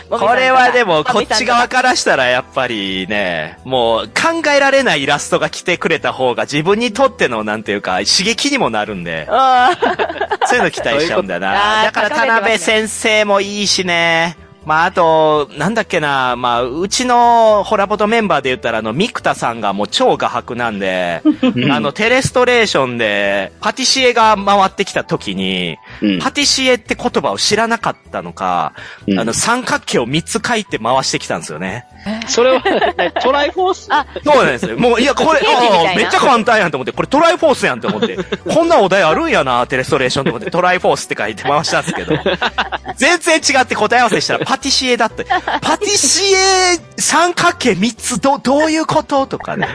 これはでも、もこっみさんちとか側からしたらやっぱりね、もう考えられないイラストが来てくれた方が自分にとってのなんていうか、刺激にもなるんで、あーそういうの期待しちゃうんだよな。あーだから高めて田ますね辺先生もいいしね。まあ、あと、なんだっけな、まあ、うちのホラボトメンバーで言ったら、あの、ミクタさんがもう超画伯なん で、あの、テレストレーションで、パティシエが回ってきた時に、うん、パティシエって言葉を知らなかったのか、うんあの、三角形を3つ書いて回してきたんですよね。それは、トライフォースあ そうなんですよ。もう、いや、 これ、ケーキみたいなああ、めっちゃ簡単やんと思って、これトライフォースやんと思 って、こんなお題あるんやな、テレストレーションと思って、トライフォースって書いて回したんですけど、全然違って答え合わせしたら、パティシエだ って。パティシエ三角形3つ、ど、どういうこととかね。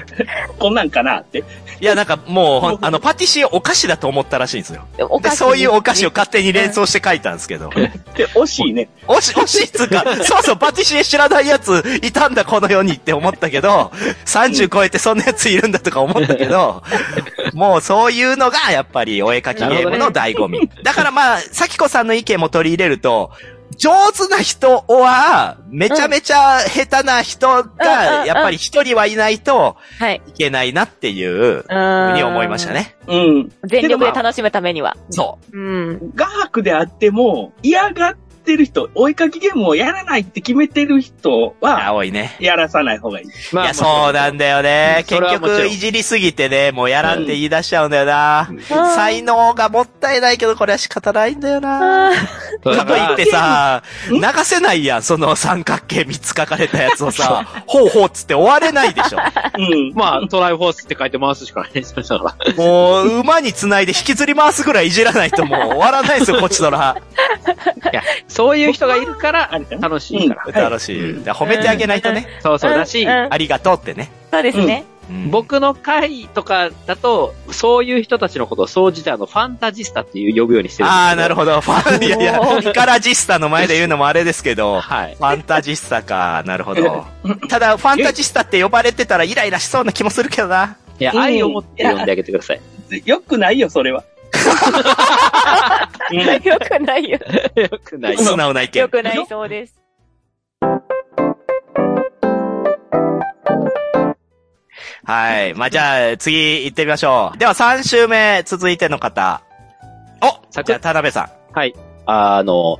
こんなんかなって。いや、なんかもうほん、あの、パティシエお菓子だと思ったらしいんですよ。おで、菓子そういうお菓子を勝手に連想して書いたんですけど。で、惜しいね。惜し、惜しいっつうか、そうそう、パティシエ知らないやついたんだ、この世にって思ったけど、30超えてそんなやついるんだとか思ったけど、もうそういうのがやっぱりお絵描きゲームの醍醐味。だからまあ、さきこさんの意見も取り入れると、上手な人は、めちゃめちゃ下手な人うんうんうが、んやっぱり一人はいないとはい。いけないなっていううふうーんに思いました。ね。うん。全力で楽しむためには。そう。うん。画伯であっても、嫌がってる人、お絵かきゲームをやらないって決めてる人は、青いね。やらさない方がいい。まいや、そうなんだよね。そ結れはもちろん局、いじりすぎてね、もうやらんって言い出しちゃうんだよな。才能がもったいないけど、これは仕方ないんだよな。そうかといってさ、流せないやん、その三角形三つ書かれたやつをさ、ほうほうっつって終われないでしょ。うん。 まあ、トライフォースって書いて回すしかないですよ。だからもう、馬に繋いで引きずり回すぐらいいじらないともう終わらないですよ、こっちとら。そういう人がいるから、あれだね楽しいから。楽しい。だから褒めてあげないとね。そうそうだしう、んうんありがとうってね。そうですね。うん、僕の会とかだと、そういう人たちのことを総じてあの、ファンタジスタっていう呼ぶようにしてるんですけああ、なるほど。ファン、いやいや、イカラジスタの前で言うのもあれですけど。はい。ファンタジスタか。なるほど。ただ、ファンタジスタって呼ばれてたらイライラしそうな気もするけどな。いや、うん愛を持って呼んであげてください。よくないよ、それは。うんよくないよ。 よくない。素直な意見よ。くないそうです。はい。まあ、じゃあ、次行ってみましょう。では、3週目、続いての方。おさくじゃあ、田辺さはい。あの、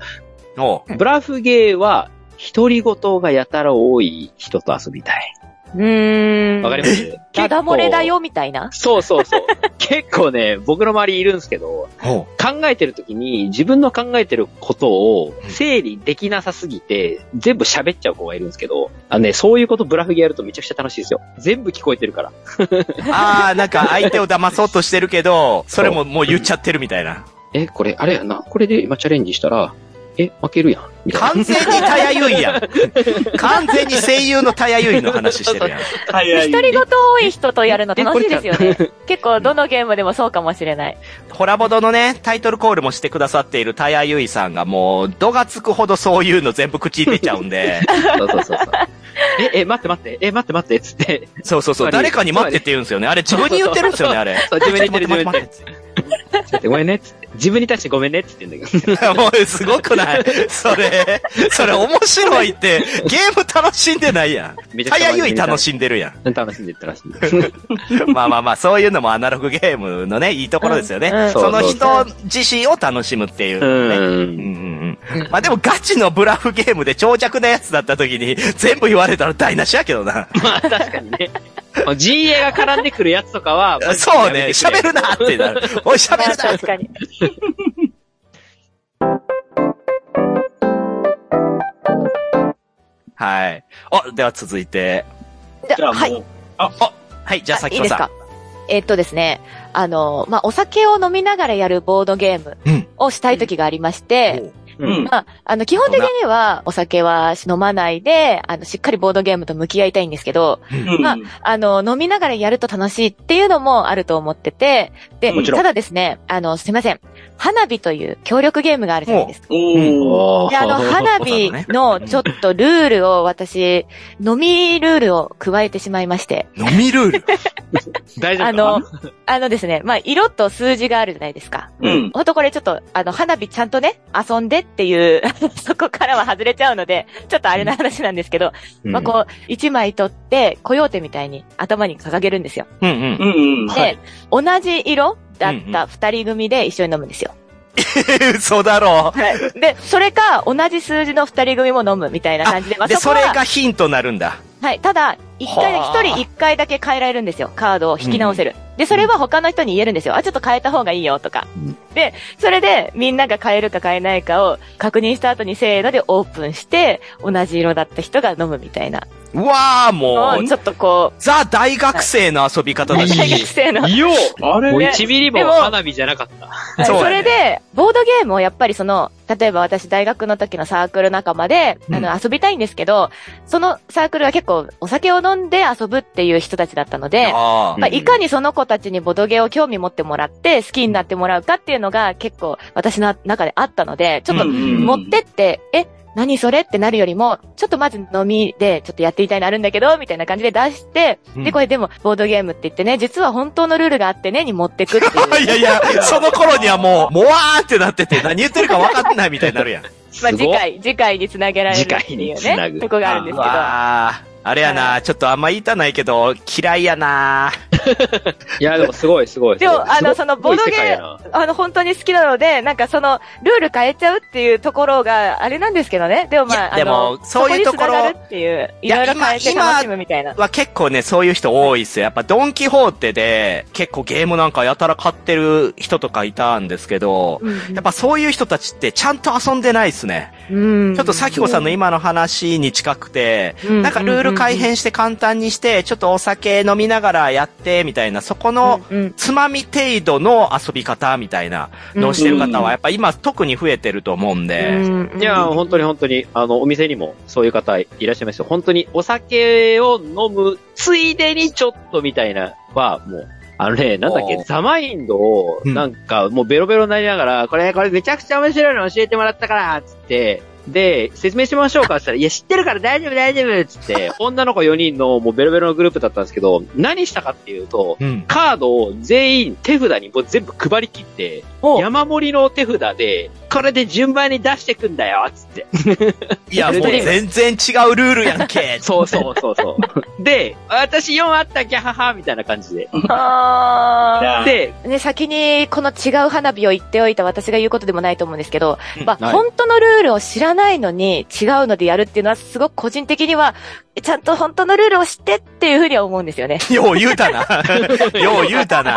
ん。おうブラフゲーは、独り言がやたら多い人と遊びたい。うーん。わかり ます毛が漏れだ。よ、みたいな。結構そうそう そう。結構ね、僕の周りいるんですけど、ほ考えてる時に自分の考えてることを整理できなさすぎて、全部喋っちゃう子がいるんですけど、あのね、そういうことブラフギやるとめちゃくちゃ楽しいですよ。全部聞こえてるから。う。ああ、なんか相手を騙そうとしてるけど、 それももう言っちゃってるみたいな。え、これ、あれやな。これで今チャレンジしたら、え、負けるやん。みたいな。完全にたやゆいやん。完全に声優のたやゆいの話してるやん。早い。一人ごと多い人とやるの楽しいですよえね。結構どのゲームでもそうかもしれない。ホラボドのね、タイトルコールもしてくださっているたやゆいさんがもう、度がつくほどそういうの全部口に出ちゃうんで、そうそうそうそう。え、え、待って待って、え、待って待って、つって。そうそうそう、誰かに待ってって言うんですよね。あれ自分に言ってるんですよね、あれ。そう、自分に言ってる、ちょ自っと分に待っ言っててるちょっと。ごめんね、つって。自分に対してごめんね、つって言うんだけ ど。もうすごくないそれ、それ面白いって、ゲーム楽しんでないやめん。ちゃくちゃ早ゆい楽しんでるや楽しんでったらしいんです。ん。まあまあまあ、そういうのもアナログゲームのね、いいところですようんうね。んその人自身を楽しむっていうのうね。うんん。うんうんまあでもガチのブラフゲームで長尺なやつだった時に全部言われたら台無しやけどな。まあ確かにね。もう GA が絡んでくるやつとかは、そうね、喋る。るなってなる。 おい喋るまあな確かに。はい。あ、では続いて。じゃあもう、はい。はい、じゃああさいきいこでさすん。かえっとですね、あの、まあ、お酒を飲みながらやるボードゲームうんをしたい時がありまして、ううん。んまあ、あの、基本的にはお酒は飲まないで、あの、しっかりボードゲームと向き合いたいんですけど、うんまあの、飲みながらやると楽しいっていうのもあると思ってて、で、もちろんただですね、あの、すいません。花火という協力ゲームがあるじゃないですか。おー。おで、あの、花火のちょっとルールを私、飲みルールを加えてしまいまして、飲みルール。大丈夫あの、あのですね、まあ、色と数字があるじゃないですか。うん。ほんとこれちょっと、あの、花火ちゃんとね、遊んでっていう、 そこからは外れちゃうので、ちょっとあれな話なんですけど、まあ、こう、一枚取って、コヨーテみたいに頭に掲げるんですよ。うんうんう。んうん。で、同じ色だった二人組で一緒に飲むんですよ。嘘だろ。はい。で、それか、同じ数字の二人組も飲むみたいな感じで、まあで、そそこれは、がヒントになるんだ。はい。ただ、一回だはあけ、一人一回だけ変えられるんですよ。カードを引き直せる。で、それは他の人に言えるんですよ。あ、ちょっと変えた方がいいよ、とか。で、それで、みんなが変えるか変えないかを確認した後にせーのでオープンして、同じ色だった人が飲むみたいな。うわーももう、う、ちょっとこザ大学生の遊び方う、だ大し。学生のよあれもうね1ミリもでも花火じゃなかった。はいそうそだねれで、ボードゲームをやっぱりその、例えば私大学の時のサークル仲間で、あうの、遊びたいんですけど、そのサークルは結構お酒を飲んで遊ぶっていう人たちだったので、あうんまあ、いかにその子たちにボドゲを興味持ってもらって、好きになってもらうかっていうのが結構私の中であったので、ちょっとうん持ってって、え、何それってなるよりも、ちょっとまず飲みでちょっとやってみたいのあるんだけど、みたいな感じで出して、うんで、これでもボードゲームって言ってね、実は本当のルールがあってね、に持ってくって いう。あ。いやいや、その頃にはもう、もわーってなってて、何言ってるか分かんないみたいになるやん。まあ、すご次回、次回につなげられるって次回いにうつなぐね、とこがあるんですけど。あーあれやな、ちょっとあんま言いたないけど、嫌いやな。いや、でもすごいすごい。でもすごいあのすごいそのボドゲすごい世界やなあの、本当に好きなので、なんかその、ルール変えちゃうっていうところがあれなんですけどね。でもまあ、いやあのでもそういうところそに繋がるっていう、いいやろいろ変えて今楽しむみたいな。は結構ね、そういう人多いっすよ。やっぱドンキホーテで、結構ゲームなんかやたら買ってる人とかいたんですけど、やっぱそういう人たちってちゃんと遊んでないっすね。うんちょっとさきこさんの今の話に近くて、うんなんかルール改変して簡単にして、ちょっとお酒飲みながらやって、みたいな、そこの、うんうんつまみ程度の遊び方みたいなのをしてる方は、やっぱ今特に増えてると思うんで。いや、本当に本当に、あの、お店にもそういう方いらっしゃいますよ。本当にお酒を飲む、ついでにちょっとみたいな、は、もう、あのね、なんだっおけー、ザマインドを、うんなんか、もうベロベロになりながら、これ、これめちゃくちゃ面白いの教えてもらったから、つって、で、説明しましょうかって言ったら、いや、知ってるから大丈夫、大丈夫、つって、女の子4人の、もうベロベロのグループだったんですけど、何したかっていうと、うん。カードを全員手札にもう全部配り切って、お山盛りの手札で、これで順番に出してくんだよ、つ って。いや、もう全然違うルールやんけ。そうそうそうそう。 で、私4あった、ギャハハ、みたいな感じで。あ あで、ーね、先にこの違う花火を言っておいた私が言うことでもないと思うんですけど、まはあ、い本当のルールを知らないのに違うのでやるっていうのはすごく個人的には、ちゃんと本当のルールを知ってっていうふうには思うんですよね。 よう言うた な。よう言うたな。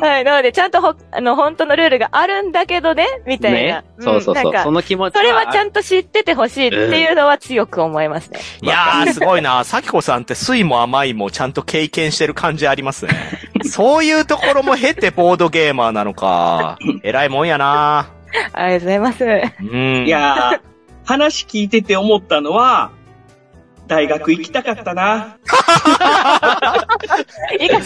はい。なので、ちゃんとほ、あの、本当のルールがあるんだけどね、みたいな。ね。そうそんうそう。なんそかの気持ちそれはちゃんんと知っててほしいっていうのは強く思いますね。いやー、すごいな。咲子さんって酸いも甘いもちゃんと経験してる感じありますね。そういうところも経てボードゲーマーなのか。偉いもんやな。ありがとうござい ます。うん。いやー、話聞いてて思ったのは、大学行きたかったな。いいかな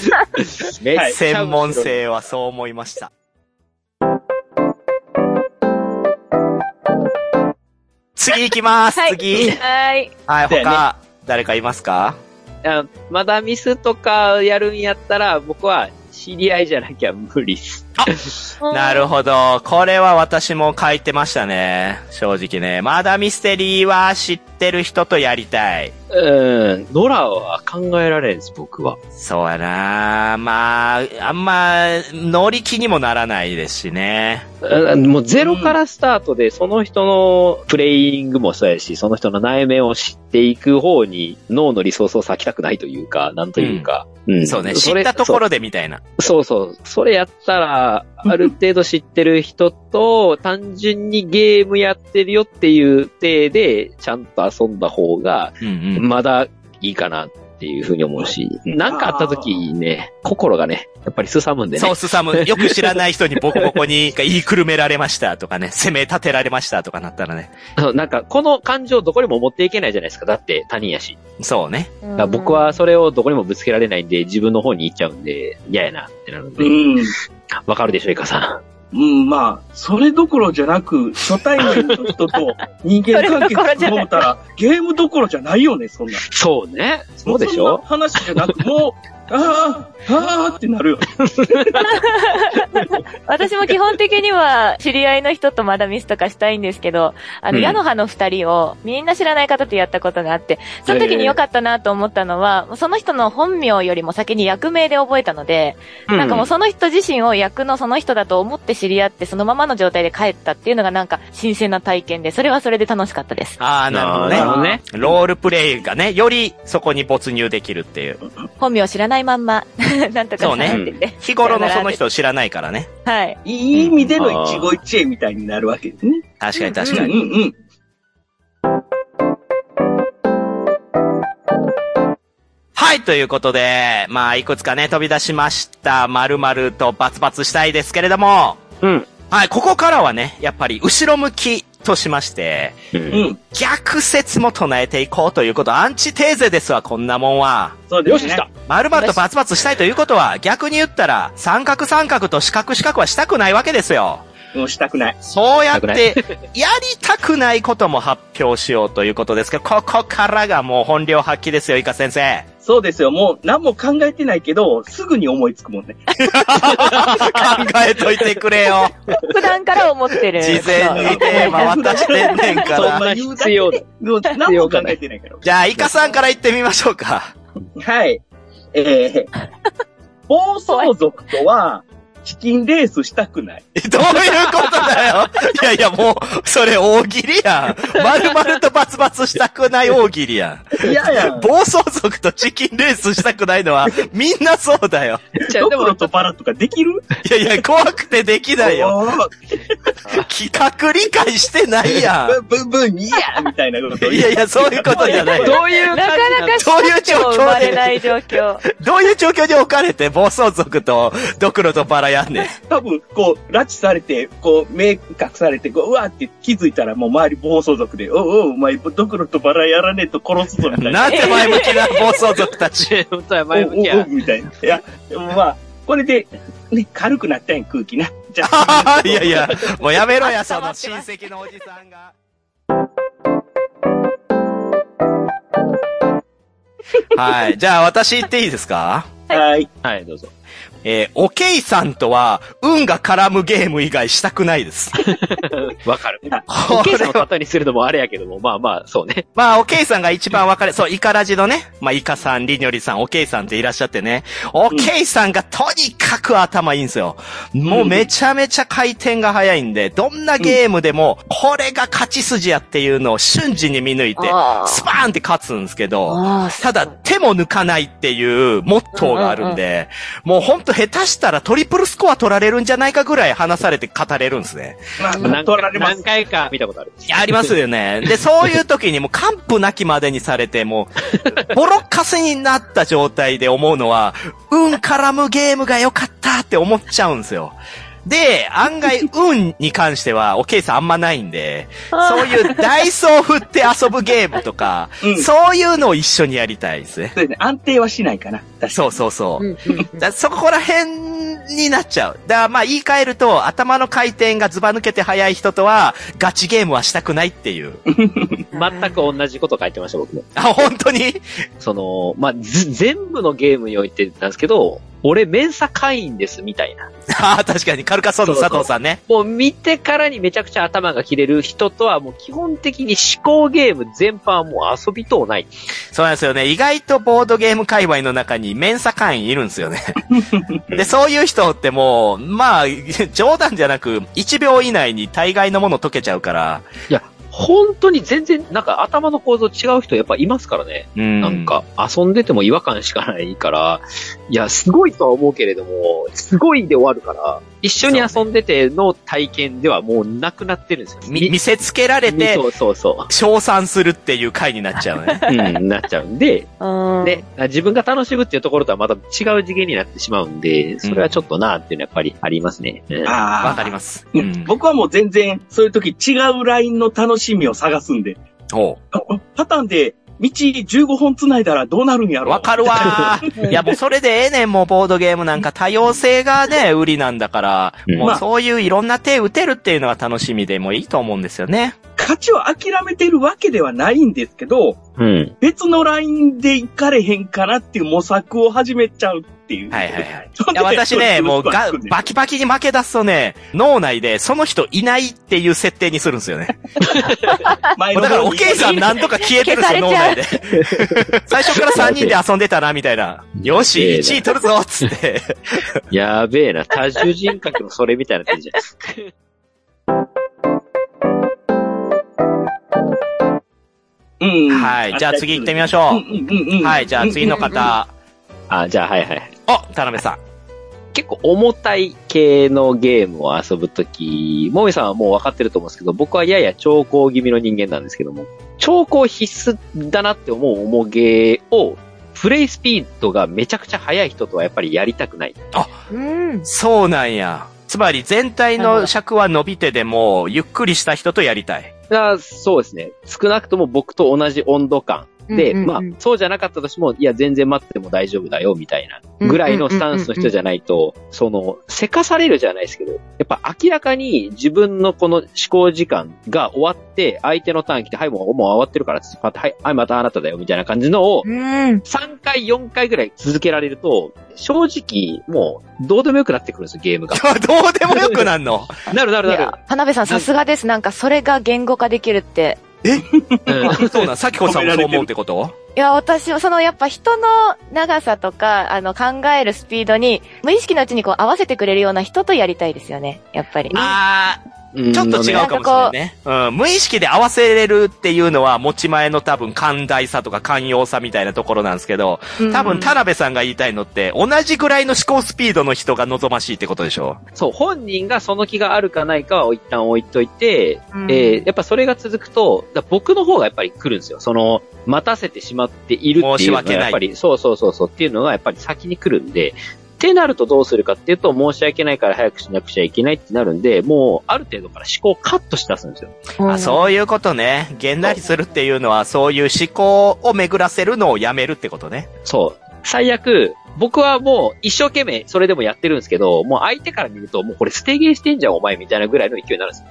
めっちゃ専門性はそう思いました。次行きます。はい次。はい。はい、だよね他、誰かいますかあまだミスとかやるんやったら、僕は知り合いじゃなきゃ無理っす。なるほど。これは私も書いてましたね。正直ね。まだミステリーは知ってる人とやりたい。うん。ノラは考えられんです、僕は。そうやなまあ、あんま、乗り気にもならないですしね。うんもうゼロからスタートで、その人のプレイングもそうやし、その人の内面を知っていく方に脳のリソースを割きたくないというか、なんというか。うんそうね。知それったところでみたいな。そうそう。それやったら、ある程度知ってる人と、単純にゲームやってるよっていう体で、ちゃんと遊んだ方が、うんうん。まだいいかなっていうふうに思うし、なんかあった時ね、心がね、やっぱりすさむんでね。そう、すさむ。よく知らない人にボコボコに言いくるめられましたとかね、攻め立てられましたとかなったらね。そうなんか、この感情どこにも持っていけないじゃないですか。だって他人やし。そうね。だから僕は、それをどこにもぶつけられないんで、自分の方に行っちゃうんで、嫌やなってなるんうで、ん。わかるでしょ、イカさうん、まあ、それどころじゃなく、初対面の人と人間関係作ろうたら、ゲームどころじゃないよね、そんな。ん。そうね。そうでしょそんな話じゃなく、もう、ああ、ああってなるよね。私も基本的には、知り合いの人とまだミスとかしたいんですけど、あの、うん矢の葉の二人を、みんな知らない方とやったことがあって、その時に良かったなと思ったのは、その人の本名よりも先に役名で覚えたので、なんかもうその人自身を役のその人だと思って知り合って、そのままの状態で帰ったっていうのがなんか新鮮な体験で、それはそれで楽しかったです。ああ、なるほどなるね。ほどね。ロールプレイがね、よりそこに没入できるっていう。本名を知らないまん ま、なんとかさんって言って。日頃のその人を知らないからね。はい。いい意味での一期一会みたいになるわけですね。確かに確かに。うんうんうん。はい、ということで、まあ、いくつかね、飛び出しました。丸々とバツバツしたいですけれども、うん。はい、ここからはね、やっぱり後ろ向きとしまして、う。うんん。逆説も唱えていこうということ、アンチテーゼですわ、こんなもんは。そうですね。よし、来た。丸々とバツバツしたいということは、逆に言ったら、三角三角と四角四角はしたくないわけですよ。もうしたくない。そうやっしたて、やりたくないことも発表しようということですけど、ここからがもう本領発揮ですよ、イカ先生。そうですよ。もう何も考えてないけど、すぐに思いつくもんね。考えといてくれよ。普段から思って る。事前にテーマ渡してんねんかそんら。な必要だ。もう何も考えてないから。じゃあ、イカさんから言ってみましょうか。 はい。 えー、暴走族とは、チキンレースしたくない。どういうことだよ。いやいや、もう、それ大喜利やん。丸々とバツバツしたくない大喜利やいやいやん。、暴走族とチキンレースしたくないのは、みんなそうだよ。じゃあドでクロも、とバラとかできるいやいや、怖くてできないよ。お企ー画理解してないやん。ブンブンブン、いやみたいなこといやいや、そういうことじゃない。どどういう感じなかなかそういう状況で生まれない状況。どういう状況に置かれて暴走族とドクロとバラやんねん。多分、こう、拉致されて、こう、目隠されて、こう、うわーって気づいたら、もう周り暴走族で、おうおう、お前、ドクロとバラやらねえと殺すぞ、みたいな。なんて前向きな暴走族たち。なかなかお前う向きおうおやう。みたいな。いや、でもまあ、これで、ね、軽くなったやん、空気な。じゃ あ、いやいや、もうやめろや、そ温まのって親ます戚のおじさんが。はい。じゃあ、私言っていいですかはい。はい、どうぞ。えー、おけいさんとは、運が絡むゲーム以外したくないです。わかる。おこけいれさんをは、方にするのもあれやけども、まあまあ、そうね。まあ、おけいさんが一番分かれ、そう、イカラジのね、まあ、イカさん、りにょりさん、おけいさんっていらっしゃってね、おけいさんがとにかく頭いいんですよ。もうめちゃめちゃ回転が早いんで、どんなゲームでも、これが勝ち筋やっていうのを瞬時に見抜いて、 あースパーンって勝つんですけど、ああ、ただ、手も抜かないっていうモットーがあるんで、もうほんと下手したらトリプルスコア取られるんじゃないかぐらい話されて語れるんですね。まあ、何取ら回れま何す。回か見たことある。いやありますよね。で、そういう時にもう完膚なきまでにされて、もう、ボロッカスになった状態で思うのは、運絡むゲームが良かったって思っちゃうんですよ。で、案外、運に関しては、おけいさんあんまないんで、そういうダイソー振って遊ぶゲームとか、うんそういうのを一緒にやりたいですね。そうですね。安定はしないかな。確かに。そうそうそう。うんうんうんだそこら辺になっちゃう。だからまあ言い換えると、頭の回転がズバ抜けて速い人とは、ガチゲームはしたくないっていう。全く同じこと書いてました、僕も。 あ、本当にその、まあ、ず全部のゲームにおいてなんですけど、俺、メンサ会員です、みたいな。ああ、確かに。カルカソンの佐藤さんね。もう見てからにめちゃくちゃ頭が切れる人とは、もう基本的に思考ゲーム全般もう遊びとうない。そうなんですよね。意外とボードゲーム界隈の中に、メンサ会員いるんですよ ね。で、そういう人ってもう、まあ、 冗談じゃなく、1秒以内に大概のもの溶けちゃうから。本当に全然、なんか頭の構造違う人やっぱいますからね。うん。なんか、遊んでても違和感しかないから、いや、すごいとは思うけれども、すごいで終わるから、一緒に遊んでての体験ではもうなくなってるんですよ。み、見せつけられてそ、うそ うそ称賛するっていう回になっちゃう ね。う。うん、なっちゃうんで、うんで、自分が楽しむっていうところとはまた違う次元になってしまうんで、それはちょっとなっていうのはやっぱりありますね。うんああ。わかります。ううんん。僕はもう全然、そういう時違うラインの楽しみを探すんで、ほう。パターンで道15本繋いだらどうなるんやろわかる わ ー。いや、もうそれでええねん、もうボードゲームなんか多様性がね、売りなんだから、うんもまあうそういういろんな手打てるっていうのが楽しみでもいいと思うんですよね。勝ちを諦めてるわけではないんですけど、うん。別のラインで行かれへんからっていう模索を始めちゃうっていう。はい はいはい。そんいでや、私ね、もうが、ババキバキに負け出すとね、脳内でその人いないっていう設定にするんですよね。前もうのだから、方おにけいさんなんとか消えてるんですよ、脳消さ内で。 最初から3人で遊んでたな、みたいな。よし、1位取るぞ、つって。やべえな、多重人格のそれみたいな感じ じゃないですか。うん。はい、じゃあ次行ってみましょうんう。うんうんうん。はい、じゃあ次の方。あ、じゃあはいはい。お、田辺さん。結構重たい系のゲームを遊ぶとき、もみさんはもう分かってると思うんですけど、僕はやや兆候気味の人間なんですけども、兆候必須だなって思う重ゲーを、プレイスピードがめちゃくちゃ速い人とはやっぱりやりたくない。うん。そうなんや。つまり全体の尺は伸びてでも、ゆっくりした人とやりたい。。あそうですね。少なくとも僕と同じ温度感。で、うんうんうんまあ、そうじゃなかったとしても、いや、全然待っても大丈夫だよ、みたいな、ぐらいのスタンスの人じゃないと、その、せかされるじゃないですけど、やっぱ明らかに自分のこの思考時間が終わって、相手のターン来て、はい、もう、もう終わってるから、つってパッてはい、はい、またあなただよ、みたいな感じのを、うん。 3回、4回ぐらい続けられると、正直、もう、どうでもよくなってくるんですよ、ゲー ムがどうでもよくなんのなるなるいなや、田辺さんさすがです。なんか、それが言語化できるって。る。うんそうなん、さきこさんもそう思うってこといや、私は、その、やっぱ人の長さとか、あの、考えるスピードに、無意識のうちにこう、合わせてくれるような人とやりたいですよね。やっぱり。ああ、うんちょっと違うかもしれないね。うん、無意識で合わせれるっていうのは、持ち前の多分、寛大さとか寛容さみたいなところなんですけど、多う分、ん田辺さんが言いたいのって、同じぐらいの思考スピードの人が望ましいってことでしょそう、本人がその気があるかないかは一旦置いといて、うんえーやっぱそれが続くと、だ僕の方がやっぱり来るんですよ。その、待たせてしまっているって申いしうの訳ながいやっぱり、そうそうそうそうっていうのがやっぱり先に来るんで、ってなるとどうするかっていうと、申し訳ないから早くしなくちゃいけないってなるんで、もう、ある程度から思考をカットし出すんですよ。あそういうことね。げんなりするっていうのは、そういう思考を巡らせるのをやめるってことね。そう。最悪、僕はもう一生懸命それでもやってるんですけど、もう相手から見ると、もうこれ捨てゲーしてんじゃん、お前みたいなぐらいの勢いになるんですよ。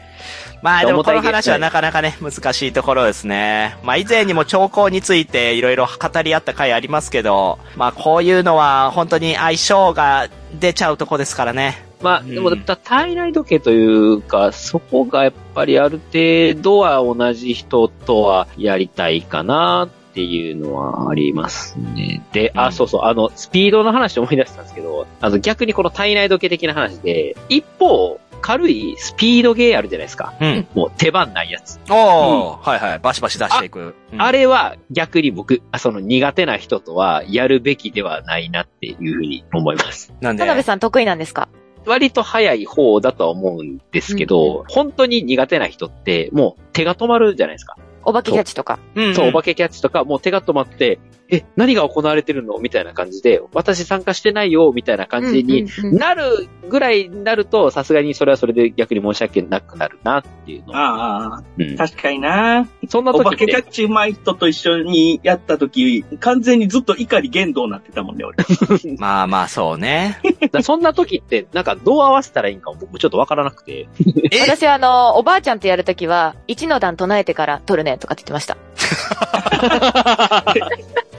まあでもこの話はなかなかね、難しいところですね。まあ以前にも兆候についていろいろ語り合った回ありますけど、まあこういうのは本当に相性が出ちゃうとこですからね。まあ、うんでも、た体内時計というか、そこがやっぱりある程度は同じ人とはやりたいかなっていうのはありますね。で、うあ、んそうそう、あの、スピードの話思い出したんですけど、あの、逆にこの体内時計的な話で、一方、軽いスピードゲーあるじゃないですか。うん。もう手番ないやつ。おー、はいはい。バシバシ出していく。うんあれは逆に僕、あその苦手な人とはやるべきではないなっていうふうに思います。なん田で。辺さん得意なんですか割と早い方だとは思うんですけど、本当に苦手な人って、もう手が止まるじゃないですか。お化けキャッチとか。うんそう、お化けキャッチとか、もう手が止まって、え、何が行われてるのみたいな感じで、私参加してないよ、みたいな感じにうんうんうんなるぐらいになると、さすがにそれはそれで逆に申し訳なくなるなっていうのは。ああ、うん、確かにな。そんなお化け時っキャて、ッチ上手い人と一緒にやった時、完全にずっと怒り言動になってたもん ね、俺。まあまあそうね。 だそんな時って、なんかどう合わせたらいいんかも僕もちょっとわからなくて。え私はあの、おばあちゃんとやるときは、一の段唱えてから取るねとかって言ってました。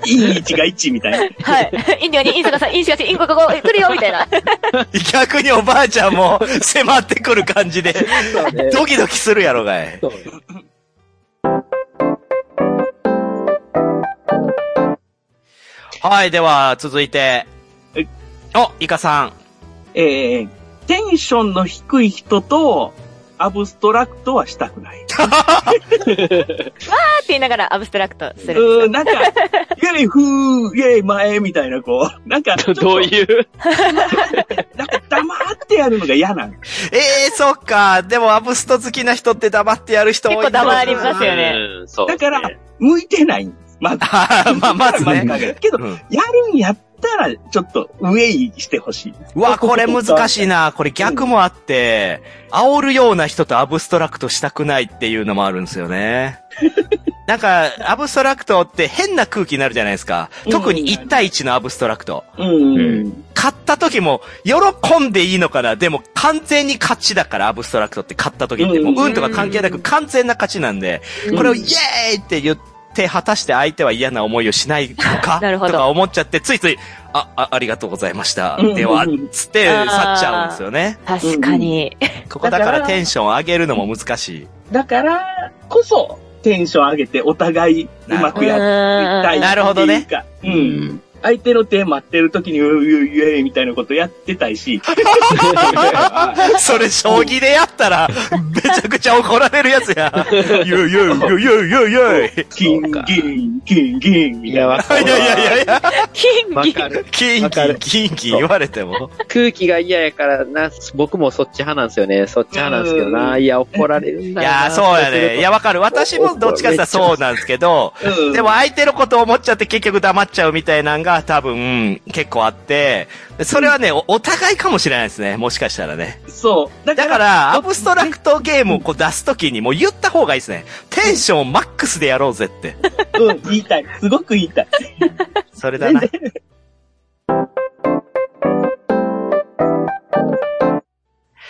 いい位置が1みたいな。はい。インディアに、インサカさん、インシカチ、インコここ、来るよみたいな。逆におばあちゃんも迫ってくる感じで、そう ね ドキドキするやろがい。そうはい、では続いてはい。お、イカさん。えー、テンションの低い人と、アブストラクトはしたくない。って言いながらアブストラクトするんですうーよ。ん、なんか、イェイフー、イェイ前みたいな、こう。 なんか、ちょっとどういうなんか黙ってやるのが嫌なの。ええー、そっか。でもアブスト好きな人って黙ってやる人多い結構黙りますよねうんそうでだすねから、向いてないんです。まず、あ ーまあ、まずまね。ずけど、うんやるんやったら、ちょっと、ウェイしてほしい。うわ、これ難しいな。これ逆もあって、煽るような人とアブストラクトしたくないっていうのもあるんですよ ね。なんか、アブストラクトって変な空気になるじゃないですか。特に1対1のアブストラクト。うん。勝った時も、喜んでいいのかなでも、完全に勝ちだから、アブストラクトって勝った時って。もう、うん運とか関係なく完全な勝ちなんで、うんこれをイエーイって言って、果たして相手は嫌な思いをしないのかなるほとどか思っちゃって、ついつい、あ、あ、ありがとうございました。うんではうんうん、つって去っちゃうんですよね。確かに。ここだからテンション上げるのも難しい。だから、こそ、テンション上げて、お互いうまくやっていきたいっていうか。なるほどねう。うんん。相手の手待ってる時に、ウェイウェイみたいなことやってたい し。それ、将棋でやったら、めちゃくちゃ怒られるやつや。ゆうゆうゆうゆうゆう。キン、ギン、キン、ギン、みいたいや、わな。かる。いやいやいやいや。金わ銀。かる。キンわキかン、るキンキン言われても。空気が嫌やからな、僕もそっち派なんですよね。そっち派なんですけどな。いや、怒られるんいだよな。やー、そうやね。いや、わかる。私もどっちかって言ったらそうなんですけど、うんでも、相手のことを思っちゃって結局黙っちゃうみたいなんが多分、結構あって、それはね、おお互いかもしれないですね。もしかしたらね。そう。だだか、からら、アブストラクトゲームをこう出すときにもう言った方がいいですね。テンションマックスでやろうぜ って。うん、言いたい。すごく言いたい。それだな。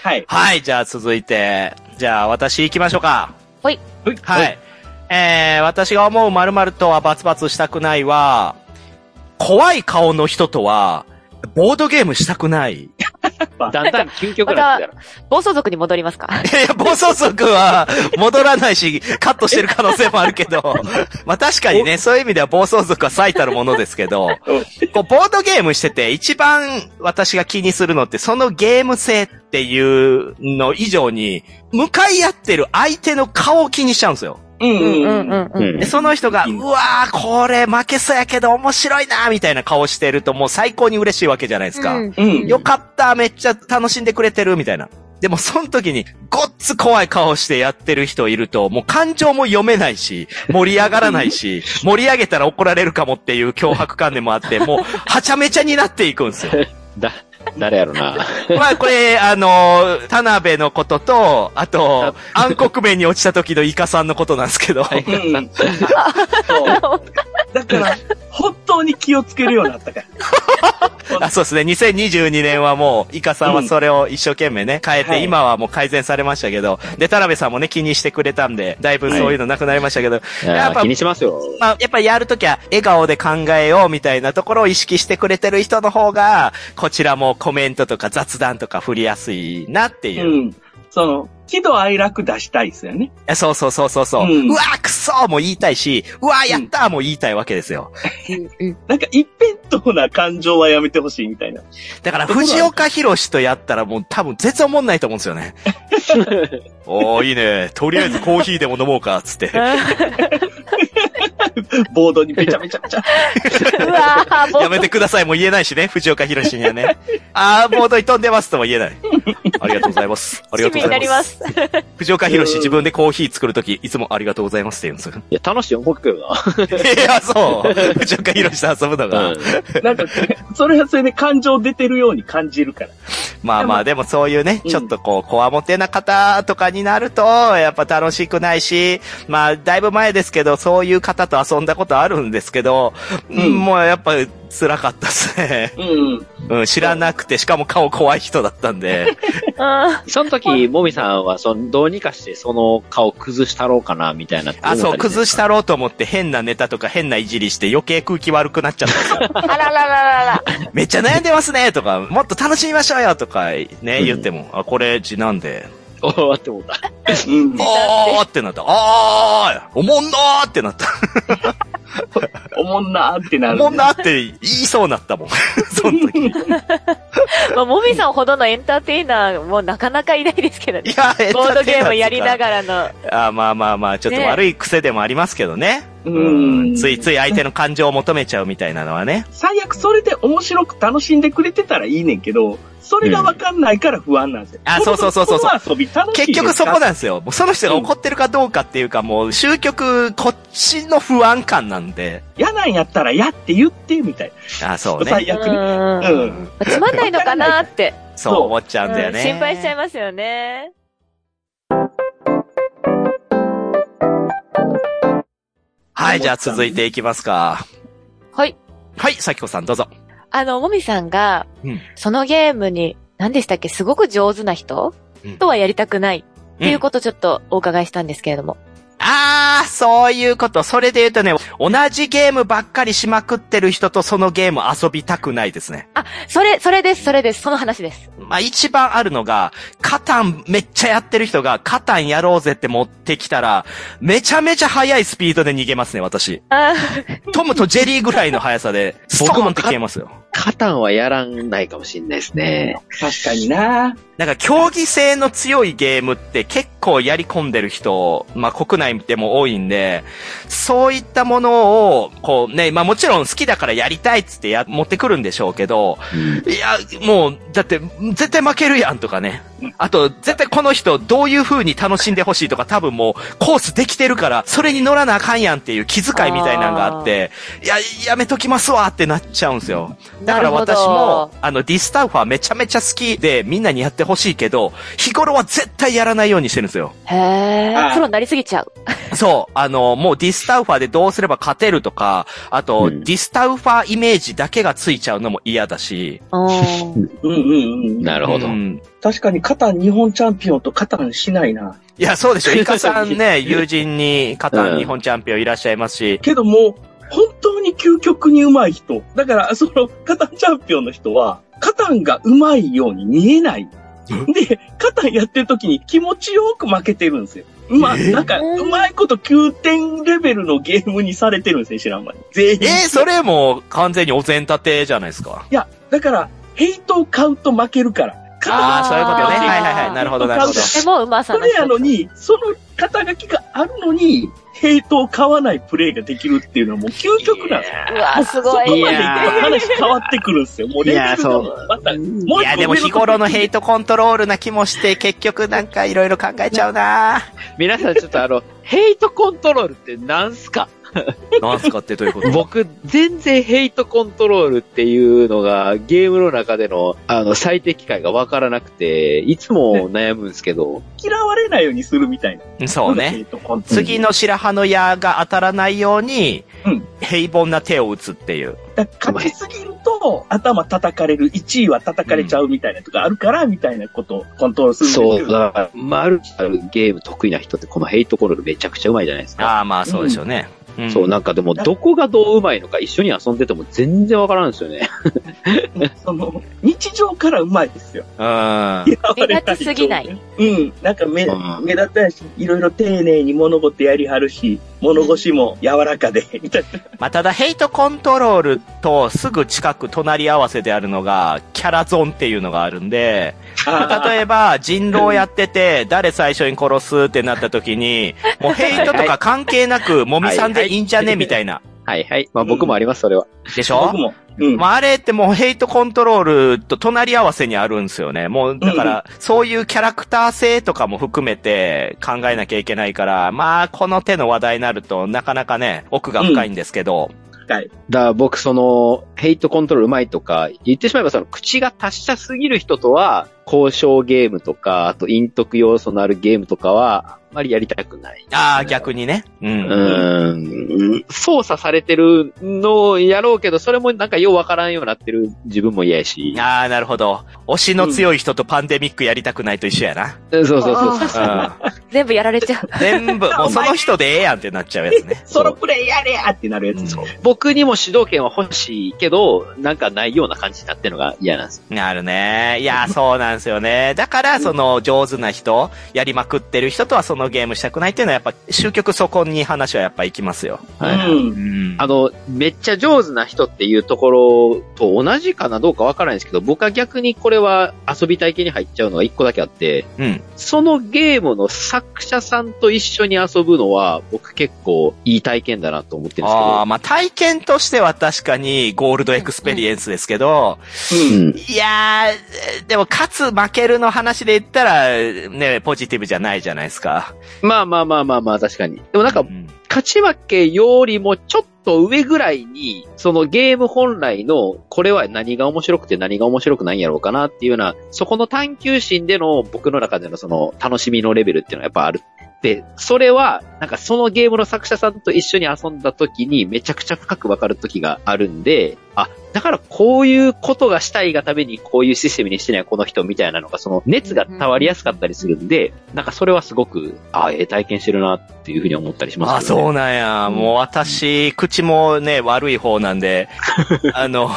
はい。はい、じゃあ続いて、じゃあ私行きましょうか。ほい。は。い。えー、私が思う〇〇とはバツバツしたくないは、怖い顔の人とは、ボードゲームしたくない。いだんだん究極なんですから。暴走族に戻りますかやいや、暴走族は戻らないし、カットしてる可能性もあるけ ど、まあ確かにね、そういう意味では暴走族は最たるものですけど、こう、ボードゲームしてて、一番私が気にするのって、そのゲーム性っていうの以上に、向かい合ってる相手の顔を気にしちゃうんですよ。うんううんんううんんうんうん。で、その人が、ううんわー、これ負けそうやけど面白いなーみたいな顔してるともう最高に嬉しいわけじゃないですか。うんうんよかった、めっちゃ楽しんでくれてる、みたいな。でも、その時に、ごっつ怖い顔してやってる人いると、もう感情も読めない し、盛り上がらないし、盛り上げたら怒られるかもっていう脅迫観念もあ って、もう、はちゃめちゃになっていくんですよ。だ、誰やろな。まあ、これ、あのー田辺のことと、あと、暗黒面に落ちた時のイカさんのことなんですけど、うんそうだから、本当に気をつけるようになったから。 あそうですね。2022年はもう、イカさんはそれを一生懸命ね、変えて、はい今はもう改善されましたけど、で、田辺さんもね、気にしてくれたんで、だいぶそういうのなくなりましたけど、やっぱ気にしますよ。まあ、やっぱりやるときは、笑顔で考えようみたいなところを意識してくれてる人の方が、こちらもコメントとか雑談とか振りやすいなっていう。うん。その、喜怒哀楽出したいですよね。えそうそうそうそうそう。ううんわーくそーも言いたいし、うわーやったーも言いたいわけですよ。なんか一辺倒な感情はやめてほしいみたいな。だから、そうなんだ藤岡弘とやったらもう多分絶対思んないと思うんですよね。おー、いいね。とりあえずコーヒーでも飲もうか、つって。ボードにめちゃめちゃめちゃ。うわぁ、もやめてくださいも言えないしね、藤岡弘にはね。あー、ボードに飛んでますとも言えない。ありがとうございます。ありがとう趣味ごにざないりま。ますす。藤岡弘うん自分でコーヒー作るとき、いつもありがとうございますって言うんですよ。いや、楽しいよ、僕は。いや、そう。藤岡弘と遊ぶのが。なんか、それはそれで感情出てるように感じるから。まあまあ、でもそういうね、うんちょっとこう、こわもてな方とかになると、やっぱ楽しくないし、まあ、だいぶ前ですけど、そういう方と遊んだことあるんですけど、うんもうやっぱ辛かったですね。うん。うん、知らなくて、しかも顔怖い人だったんで。うんその時、もみさんは、その、どうにかして、その顔崩したろうかな、みたいな。。あ、そう、崩した たろうと思って変なネタとか変ないじりして余計空気悪くなっちゃったんですよ あららららら。めっちゃ悩んでますねとか、もっと楽しみましょうよとか、ね、言っても、あ、これ、字なんで、おーって思った。 うん。おーってなった。あーおもんなーってなった。おもんなーってなおる。もんなーって言いそうになったもん。 その時。いまあ、もみさんほどのエンターテイナーもなかなかいないですけどね。や、えボードゲームやりながらの。ら。あーまあまあまあ、ちょっとね悪い癖でもありますけどね。うん。ついつい相手の感情を求めちゃうみたいなのはね。最悪それで面白く楽しんでくれてたらいいねんけど、それがわかんないから不安なんですよ。あそうそうそうそうそうこの遊び楽し結いですか局そこなんですよ。もうその人が怒ってるかどうかっていうか、もう、終局、こっちの不安感なんで。嫌なんやったらやって言って、みたいあーそうな。ね。最悪ね。うんうんまあつまんないのかなって、そう思っちゃうんだようね。ん心配しちゃいますよね。はい、じゃあ続いていきますか。はい。はい、さきこさんどうぞ。あの、もみさんが、うんそのゲームに、何でしたっけすごく上手な人、うんとはやりたくない。っていうと。ことをちょっとお伺いしたんですけれども。あー、そういうこと。それで言うとね、同じゲームばっかりしまくってる人とそのゲーム遊びたくないですね。それ、それです、それです、その話です。まあ一番あるのが、カタンめっちゃやってる人が、カタンやろうぜって持ってきたら、めちゃめちゃ速いスピードで逃げますね、私。あトムとジェリーぐらいの速さで、ストーンって消えますよ。カタンはやらないかもしれないですね。確かにななんか競技性の強いゲームって結構やり込んでる人、まあ国内でも多いんで、そういったものを、こうね、まあもちろん好きだからやりたいっつってや、持ってくるんでしょうけど、いや、もう、だって、絶対負けるやんとかね。あと、絶対この人どういう風に楽しんでほしいとか多分もうコースできてるから、それに乗らなあかんやんっていう気遣いみたいなのがあって、いや、やめときますわってなっちゃうんですよ。だから私も、あの、ディスタウファーめちゃめちゃ好きで、みんなにやってほしいけど、日頃は絶対やらないようにしてるんですよ。へえ、あプロになりすぎちゃう。そう。あの、もうディスタウファーでどうすれば勝てるとか、あと、うんディスタウファーイメージだけがついちゃうのも嫌だし。うんうんうんうん。なるほどう。ん確かにカタン日本チャンピオンとカタンしないな。いや、そうでしょ。イカさん ね、友人に、カタン日本チャンピオンいらっしゃいますし。けどもう、本当に究極に上手い人。だから、その、カタンチャンピオンの人は、カタンが上手いように見えない。で、カタンやってる時に気持ちよく負けてるんですよ。まあ、えーなんか、うまいこと9点レベルのゲームにされてるんですね、知らん間に。全員。えーそれも完全にお膳立てじゃないですか。いや、だから、ヘイトを買うと負けるから。カタンああー、そういうことね。あーはいはいはい。なるほど、なるほど。でも、うまさそのれ一つやの。に、その肩書きがあるのに、ヘイトを買わないプレイができるっていうのはもう究極なんですよ。うわ、すごそこい。までいくと話変わってくるんですよ。もうレベルがまた、もういや、でも日頃のヘイトコントロールな気もして、結局なんかいろいろ考えちゃうな皆さんちょっとあの、ヘイトコントロールってなんすかなんすかってという こと僕、全然ヘイトコントロールっていうのが、ゲームの中での、あの、最適解がわからなくて、いつも悩むんですけど、嫌わ れないようにするみたいな。そうね。。次の白羽の矢が当たらないように、うん平凡な手を打つっていう。だから勝ちすぎると、頭叩かれる、1位は叩かれちゃうみたいなとかあるから、みたいなことをコントロールするんですそけう、どだから、マルチあるゲーム得意な人って、このヘイトコロルめちゃくちゃうまいじゃないですか。ああ、まあそうでしょうね。うんそう、なんかでも、どこがどううまいのか一緒に遊んでても全然わからんですよね。その、日常からうまいですよ。うん。目立ちすぎない。うん。なんか目、うん目立たないし、いろいろ丁寧に物事やりはるし、物腰も柔らかで、みたいな。まあ、ただ、ヘイトコントロールとすぐ近く隣り合わせであるのが、キャラゾンっていうのがあるんで、まあえ例えば、人狼やってて、誰最初に殺すってなった時に、もうヘイトとか関係なく、もみさんでいいんじゃねみたいな。 はいはい。まあ僕もあります、それは。でしょ僕も。うん。まあ、あれってもうヘイトコントロールと隣り合わせにあるんですよね。もう、だから、そういうキャラクター性とかも含めて考えなきゃいけないから、まあ、この手の話題になると、なかなかね、奥が深いんですけど、だから僕、その、ヘイトコントロールうまいとか、言ってしまえばその、口が達者すぎる人とは、交渉ゲームとか、あと陰徳要素のあるゲームとかは、あんまりやりたくない。ああ、逆にね。うん。うーん。操作されてるのをやろうけど、それもなんかようわからんようになってる自分も嫌やし。ああ、なるほど。推しの強い人とパンデミックやりたくないと一緒やな。そうそうそうそう。う全部やられちゃう。 ん。全部、もうその人でええやんってなっちゃうやつね。ソロプレイやれやってなるやつ。う僕にも主導権は欲しいけど、なんかないような感じになってるのが嫌なんですん。よ。なるね。いやー、そうなんですよね。だから、その、上手な人、やりまくってる人とはそのゲームしたくないっていうのは、やっぱ、終局そこに話はやっぱ行きますよ。はいはい。うんうんあの、めっちゃ上手な人っていうところと同じかなどうかわからないんですけど、僕は逆にこれは遊び体系に入っちゃうのが一個だけあって、うん。そのゲームの作者さんと一緒に遊ぶのは、僕結構いい体験だなと思ってるんですけあどあ、まあ、体験としては確かに、ゴールドエクスペリエンスですけど、うん。うん。いやー、でも、勝つ、負けるの話で言ったら、ね、ポジティブじゃないじゃないですか。まあまあまあまあまあ、確かに。でもなんかう、ん勝ち負けよりもちょっと上ぐらいに、そのゲーム本来の、これは何が面白くて何が面白くないんやろうかなっていうような、そこの探求心での僕の中でのその楽しみのレベルっていうのはやっぱある。で、それは、なんかそのゲームの作者さんと一緒に遊んだ時にめちゃくちゃ深くわかる時があるんで、あ、だからこういうことがしたいがためにこういうシステムにしてないこの人みたいなのが、その熱が伝わりやすかったりするんで、なんかそれはすごく、あ、ええ体験してるなっていうふうに思ったりします、ね。あ、そうなんや。もう私、口もね、悪い方なん で、あの、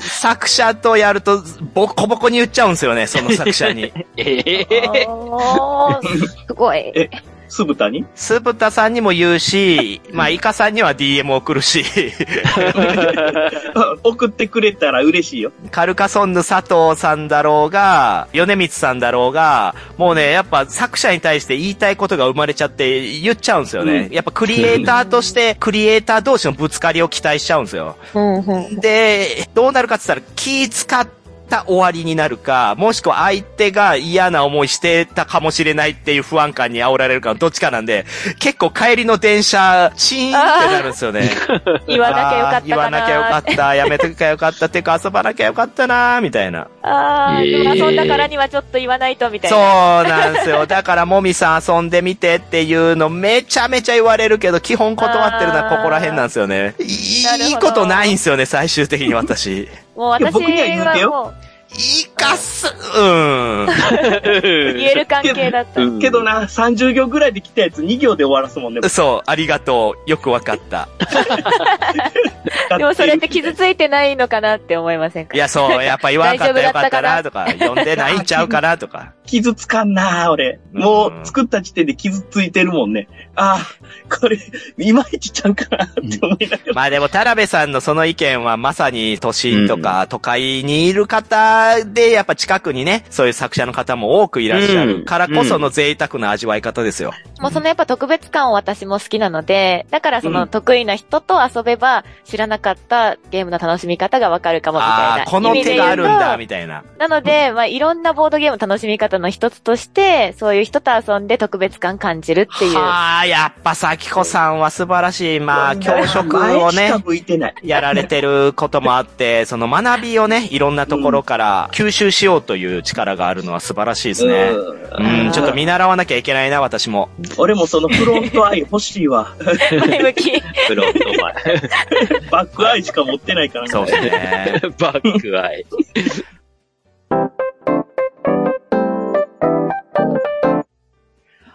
作者とやると、ボコボコに言っちゃうんですよね、その作者 に。ええおーすごい。え酢豚に スープタさんにも言うし、まあ、イカさんには DM 送るし、 うん送ってくれたら嬉しいよ。カルカソンヌ佐藤さんだろうが、米光さんだろうが、もうね、やっぱ作者に対して言いたいことが生まれちゃって言っちゃうんですよね。うんやっぱクリエイターとして、クリエイター同士のぶつかりを期待しちゃうんですよ。うんうん。で、どうなるかって言ったら、気使った終わりになるか、もしくは相手が嫌な思いしてたかもしれないっていう不安感に煽られるかのどっちかなんで、結構帰りの電車、チーンってなるんですよね。 言わなきゃよかったかなあー言わなきゃよかった。やめときゃよかった。っていうか遊ばなきゃよかったなーみたいな。あー、でも遊んだからにはちょっと言わないとみたいそうな。なんですよ。だから、もみさん遊んでみてっていうのめちゃめちゃ言われるけど、基本断ってるのはここら辺なんですよね。 なるほいどいことないんですよね、最終的に私。もういや私僕には言うてよはもういかす、うん。 言える関係だった。けどな、30行ぐらいで来たやつ2行で終わらすもんね。そう、ありがとう。よくわかった。だでもそれって傷ついてないのかなって思いませんかいや、そう、やっぱ言わなかったよ大丈夫だかっったたかなな、とか、呼んでないんちゃうかな、と か。傷つかんな俺。もう作った時点で傷ついてるもんね。ああ、これ、いまいちちゃうかなって思いながら。まあでも、田辺さんのその意見はまさに都心とか都会にいる方で、やっぱ近くにね、そういう作者の方も多くいらっしゃうんるからこその贅沢な味わい方ですよ。もうそのやっぱ特別感を私も好きなので、だからそうのん得意な人と遊べば知らなかったゲームの楽しみ方がわかるかもみたいあな。あー、この意味で手言がうとあるんだ、みたいな。なので、まあいろんなボードゲームの楽しみ方の一つとして、そういう人と遊んで特別感感じるっていう。はあ、やっぱ咲子さんは素晴らしい。まあ、教職を前ねしか。向いてない。やられてることもあって、その学びをね、いろんなところから吸収しようという力があるのは素晴らしいですね。ううんん、ちょっと見習わなきゃいけないな、私も。俺もそのフロントアイ欲し いわ。前向き。 プロット前。バックアイしか持ってないからそうです ね。バックアイ。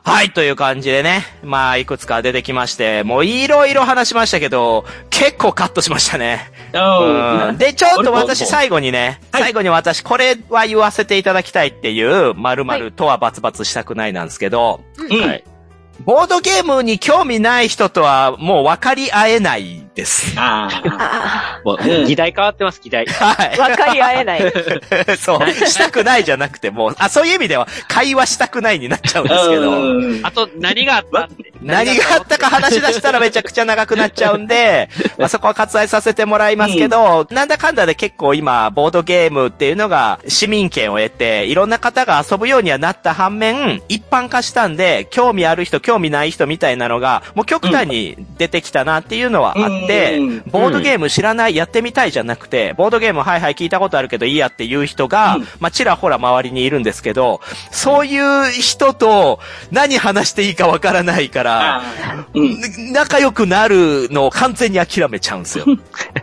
はい、という感じでね。まあ、いくつか出てきまして、もういろいろ話しましたけど、結構カットしましたね。ううんん。で、ちょっと私俺も最後にね、はい最後に私これは言わせていただきたいっていう、まるまるとはバツバツしたくないなんですけど、うんはい。ボードゲームに興味ない人とはもう分かり合えないです。ああもううん、議題変わってます、 議題。はいあ、。分かり合えない。 そう。したくないじゃなくて、もう、あ、そういう意味では、会話したくないになっちゃうんですけど、あ。あと、何があったって。何があったか話し出したらめちゃくちゃ長くなっちゃうん で、まあそこは割愛させてもらいますけど、なんだかんだで結構今、ボードゲームっていうのが市民権を得て、いろんな方が遊ぶようにはなった反面、一般化したんで、興味ある人、興味ない人みたいなのが、もう極端に出てきたなっていうのはあって、うんボードゲーム知らない、やってみたいじゃなくて、ボードゲームはいはい聞いたことあるけどいいやっていう人が、うんまあ、ちらほら周りにいるんですけど、そういう人と何話していいかわからないから、あーうぬん。仲良くなるのを完全に諦めちゃうんですよ。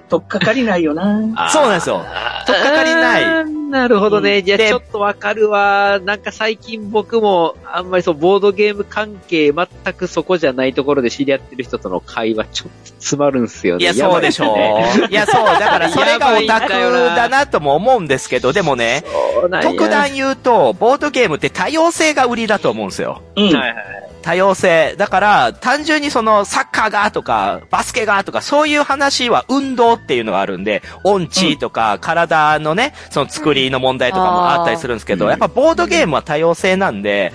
とっかかりないよな。そうなんですよととっかかりないい。なるほどね。じゃあでちょっとわかるわ。なんか最近僕も、あんまりそう、ボードゲーム関係全くそこじゃないところで知り合ってる人との会話ちょっと詰まるんすよいね。や、そうでしょやばいねう。い や、そう。だから、それがオタクだなとも思うんですけど、でもね、そうなんや特段言うと、ボードゲームって多様性が売りだと思うんですよ。うん。はいはい。多様性。だから、単純にその、サッカーがとか、バスケがとか、そういう話は運動っていうのがあるんで、音痴とか、体のね、その作りの問題とかもあったりするんですけど、うんやっぱボードゲームは多様性なんで、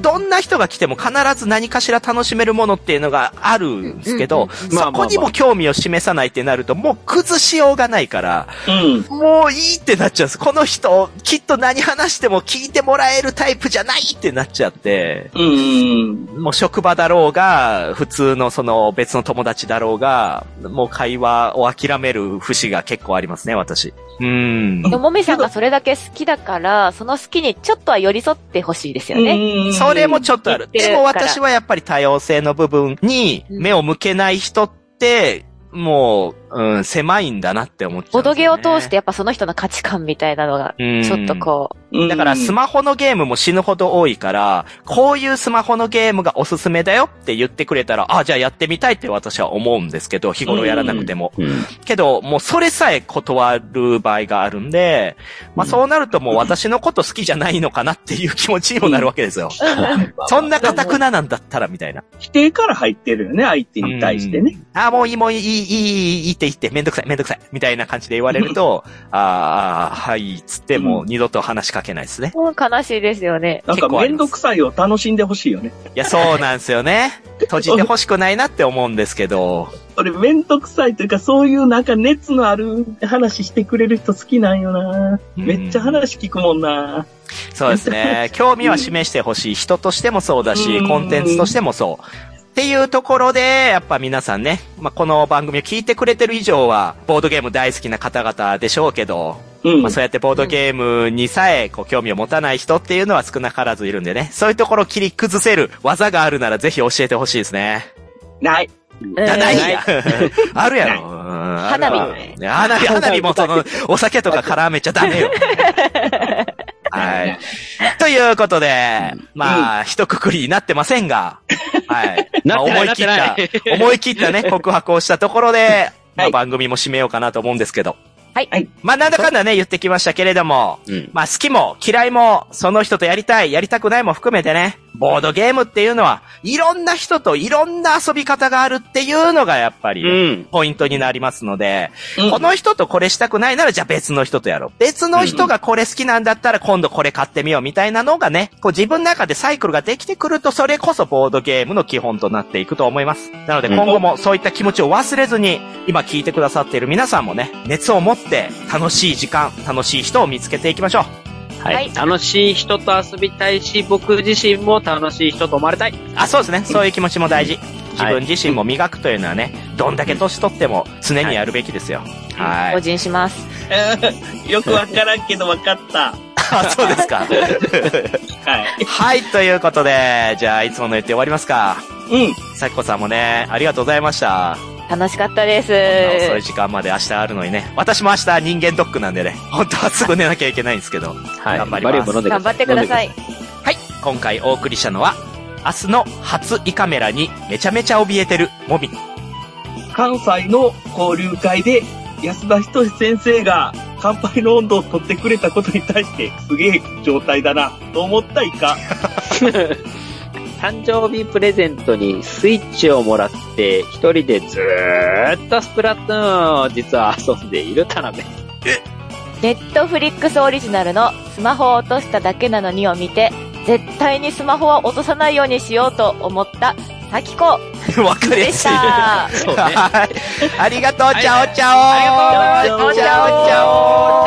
どんな人が来ても必ず何かしら楽しめるものっていうのがあるんですけうどん、うんそこにも興味を示さないってなると、もう崩しようがないから、うん。もういいってなっちゃうんです。この人、きっと何話しても聞いてもらえるタイプじゃないってなっちゃって、うん。もう職場だろうが、普通のその別の友達だろうが、もう会話を諦める節が結構ありますね、私。うん。のもめさんがそれだけ好きだから、その好きにちょっとは寄り添ってほしいですよね。ねそれもちょっとある。言ってでるもから私はやっぱり多様性の部分に目を向けない人って、もう、うん、狭いんだなって思っちゃうボんでドすゲよをね、通してやっぱその人の価値観みたいなのが、うんちょっとこう、うんだからスマホのゲームも死ぬほど多いから、こういうスマホのゲームがおすすめだよって言ってくれたら、あ、じゃあやってみたいって私は思うんですけど、日頃やらなくても。けど、もうそれさえ断る場合があるんで、まあそうなるともう私のこと好きじゃないのかなっていう気持ちにもなるわけですよ。 そんな堅くななんだったらみたいな。否定から入ってるよね、相手に対してね。ああ、もういい、もういい、いい、いい、いいって言って、めんどくさい、めんどくさい、みたいな感じで言われると、あーあー、はい、つってもう二度と話しかけないですね。もう悲しいですよね。なんか結構あめりんますどくさいを楽しんでほしいよね。いや、そうなんですよね。閉じて欲しくないなって思うんですけど。俺めんどくさいというか、そういうなんか熱のある話してくれる人好きなんよな。 めっちゃ話聞くもんな。そうです ね。興味は示してほしい。人としてもそうだしう、んコンテンツとしてもそう。っていうところで、やっぱ皆さんね、まあ、この番組を聞いてくれてる以上は、ボードゲーム大好きな方々でしょうけど、うん。まあ、そうやってボードゲームにさえ、こう、興味を持たない人っていうのは少なからずいるんでね、そういうところを切り崩せる技があるならぜひ教えてほしいですね。ない。うんなないないや。 あるや ろ。うんあ花火るわ花 火、花火もその、お酒とか絡めちゃダメよ。はい。ということで、まあ、一括りになってませんが、はい。まあ、 な思いってない切っなったて、 思い切ったね、告白をしたところで、まはあ、い番組も締めようかなと思うんですけど。はいはい。まあ、なんだかんだね、言ってきましたけれども、うん。まあ好きも嫌いも、その人とやりたい、やりたくないも含めてね、ボードゲームっていうのは、いろんな人といろんな遊び方があるっていうのがやっぱりね、うん。ポイントになりますので、うん この人とこれしたくないならじゃあ別の人とやろう。別の人がこれ好きなんだったら今度これ買ってみようみたいなのがね、こう自分の中でサイクルができてくるとそれこそボードゲームの基本となっていくと思います。なのでうん今後もそういった気持ちを忘れずに、今聞いてくださっている皆さんもね、熱を持って楽しい時間、楽しい人を見つけていきましょう。はい。はい楽しい人と遊びたいし、僕自身も楽しい人と思われたい。あ、そうですね。そういう気持ちも大事。自分自身も磨くというのはね、どんだけ年取っても常にやるべきですよ。はい。個人します。よくわからんけどわかった。あ、そうですか。はい。はい、ということで、じゃあ、いつもの言って終わりますか。うん。さきこさんもね、ありがとうございました。楽しかったでこんな遅いす。時間まで明日あるのにね。私も明日人間ドックなんでね。本当はすぐ寝なきゃいけないんですけど。はい。頑張りバリまウムす飲。んで頑張ってください。い。はい、今回お送りしたのは、明日の初胃カメラにめちゃめちゃ怯えてる、もみ。 関西の交流会で安田仁先生が乾杯の温度を取ってくれたことに対してすげえ状態だなと思ったイカ。 誕生日プレゼントにスイッチをもらって、一人でずーっとスプラトゥーンを実は遊んでいる田辺。ネットフリックスオリジナルのスマホを落としただけなのにを見て、絶対にスマホは落とさないようにしようと思った、さきこわかりでやしすい。た。そうね。はい。ありがとう、チャオチャオありがとうございましたチャオチャオ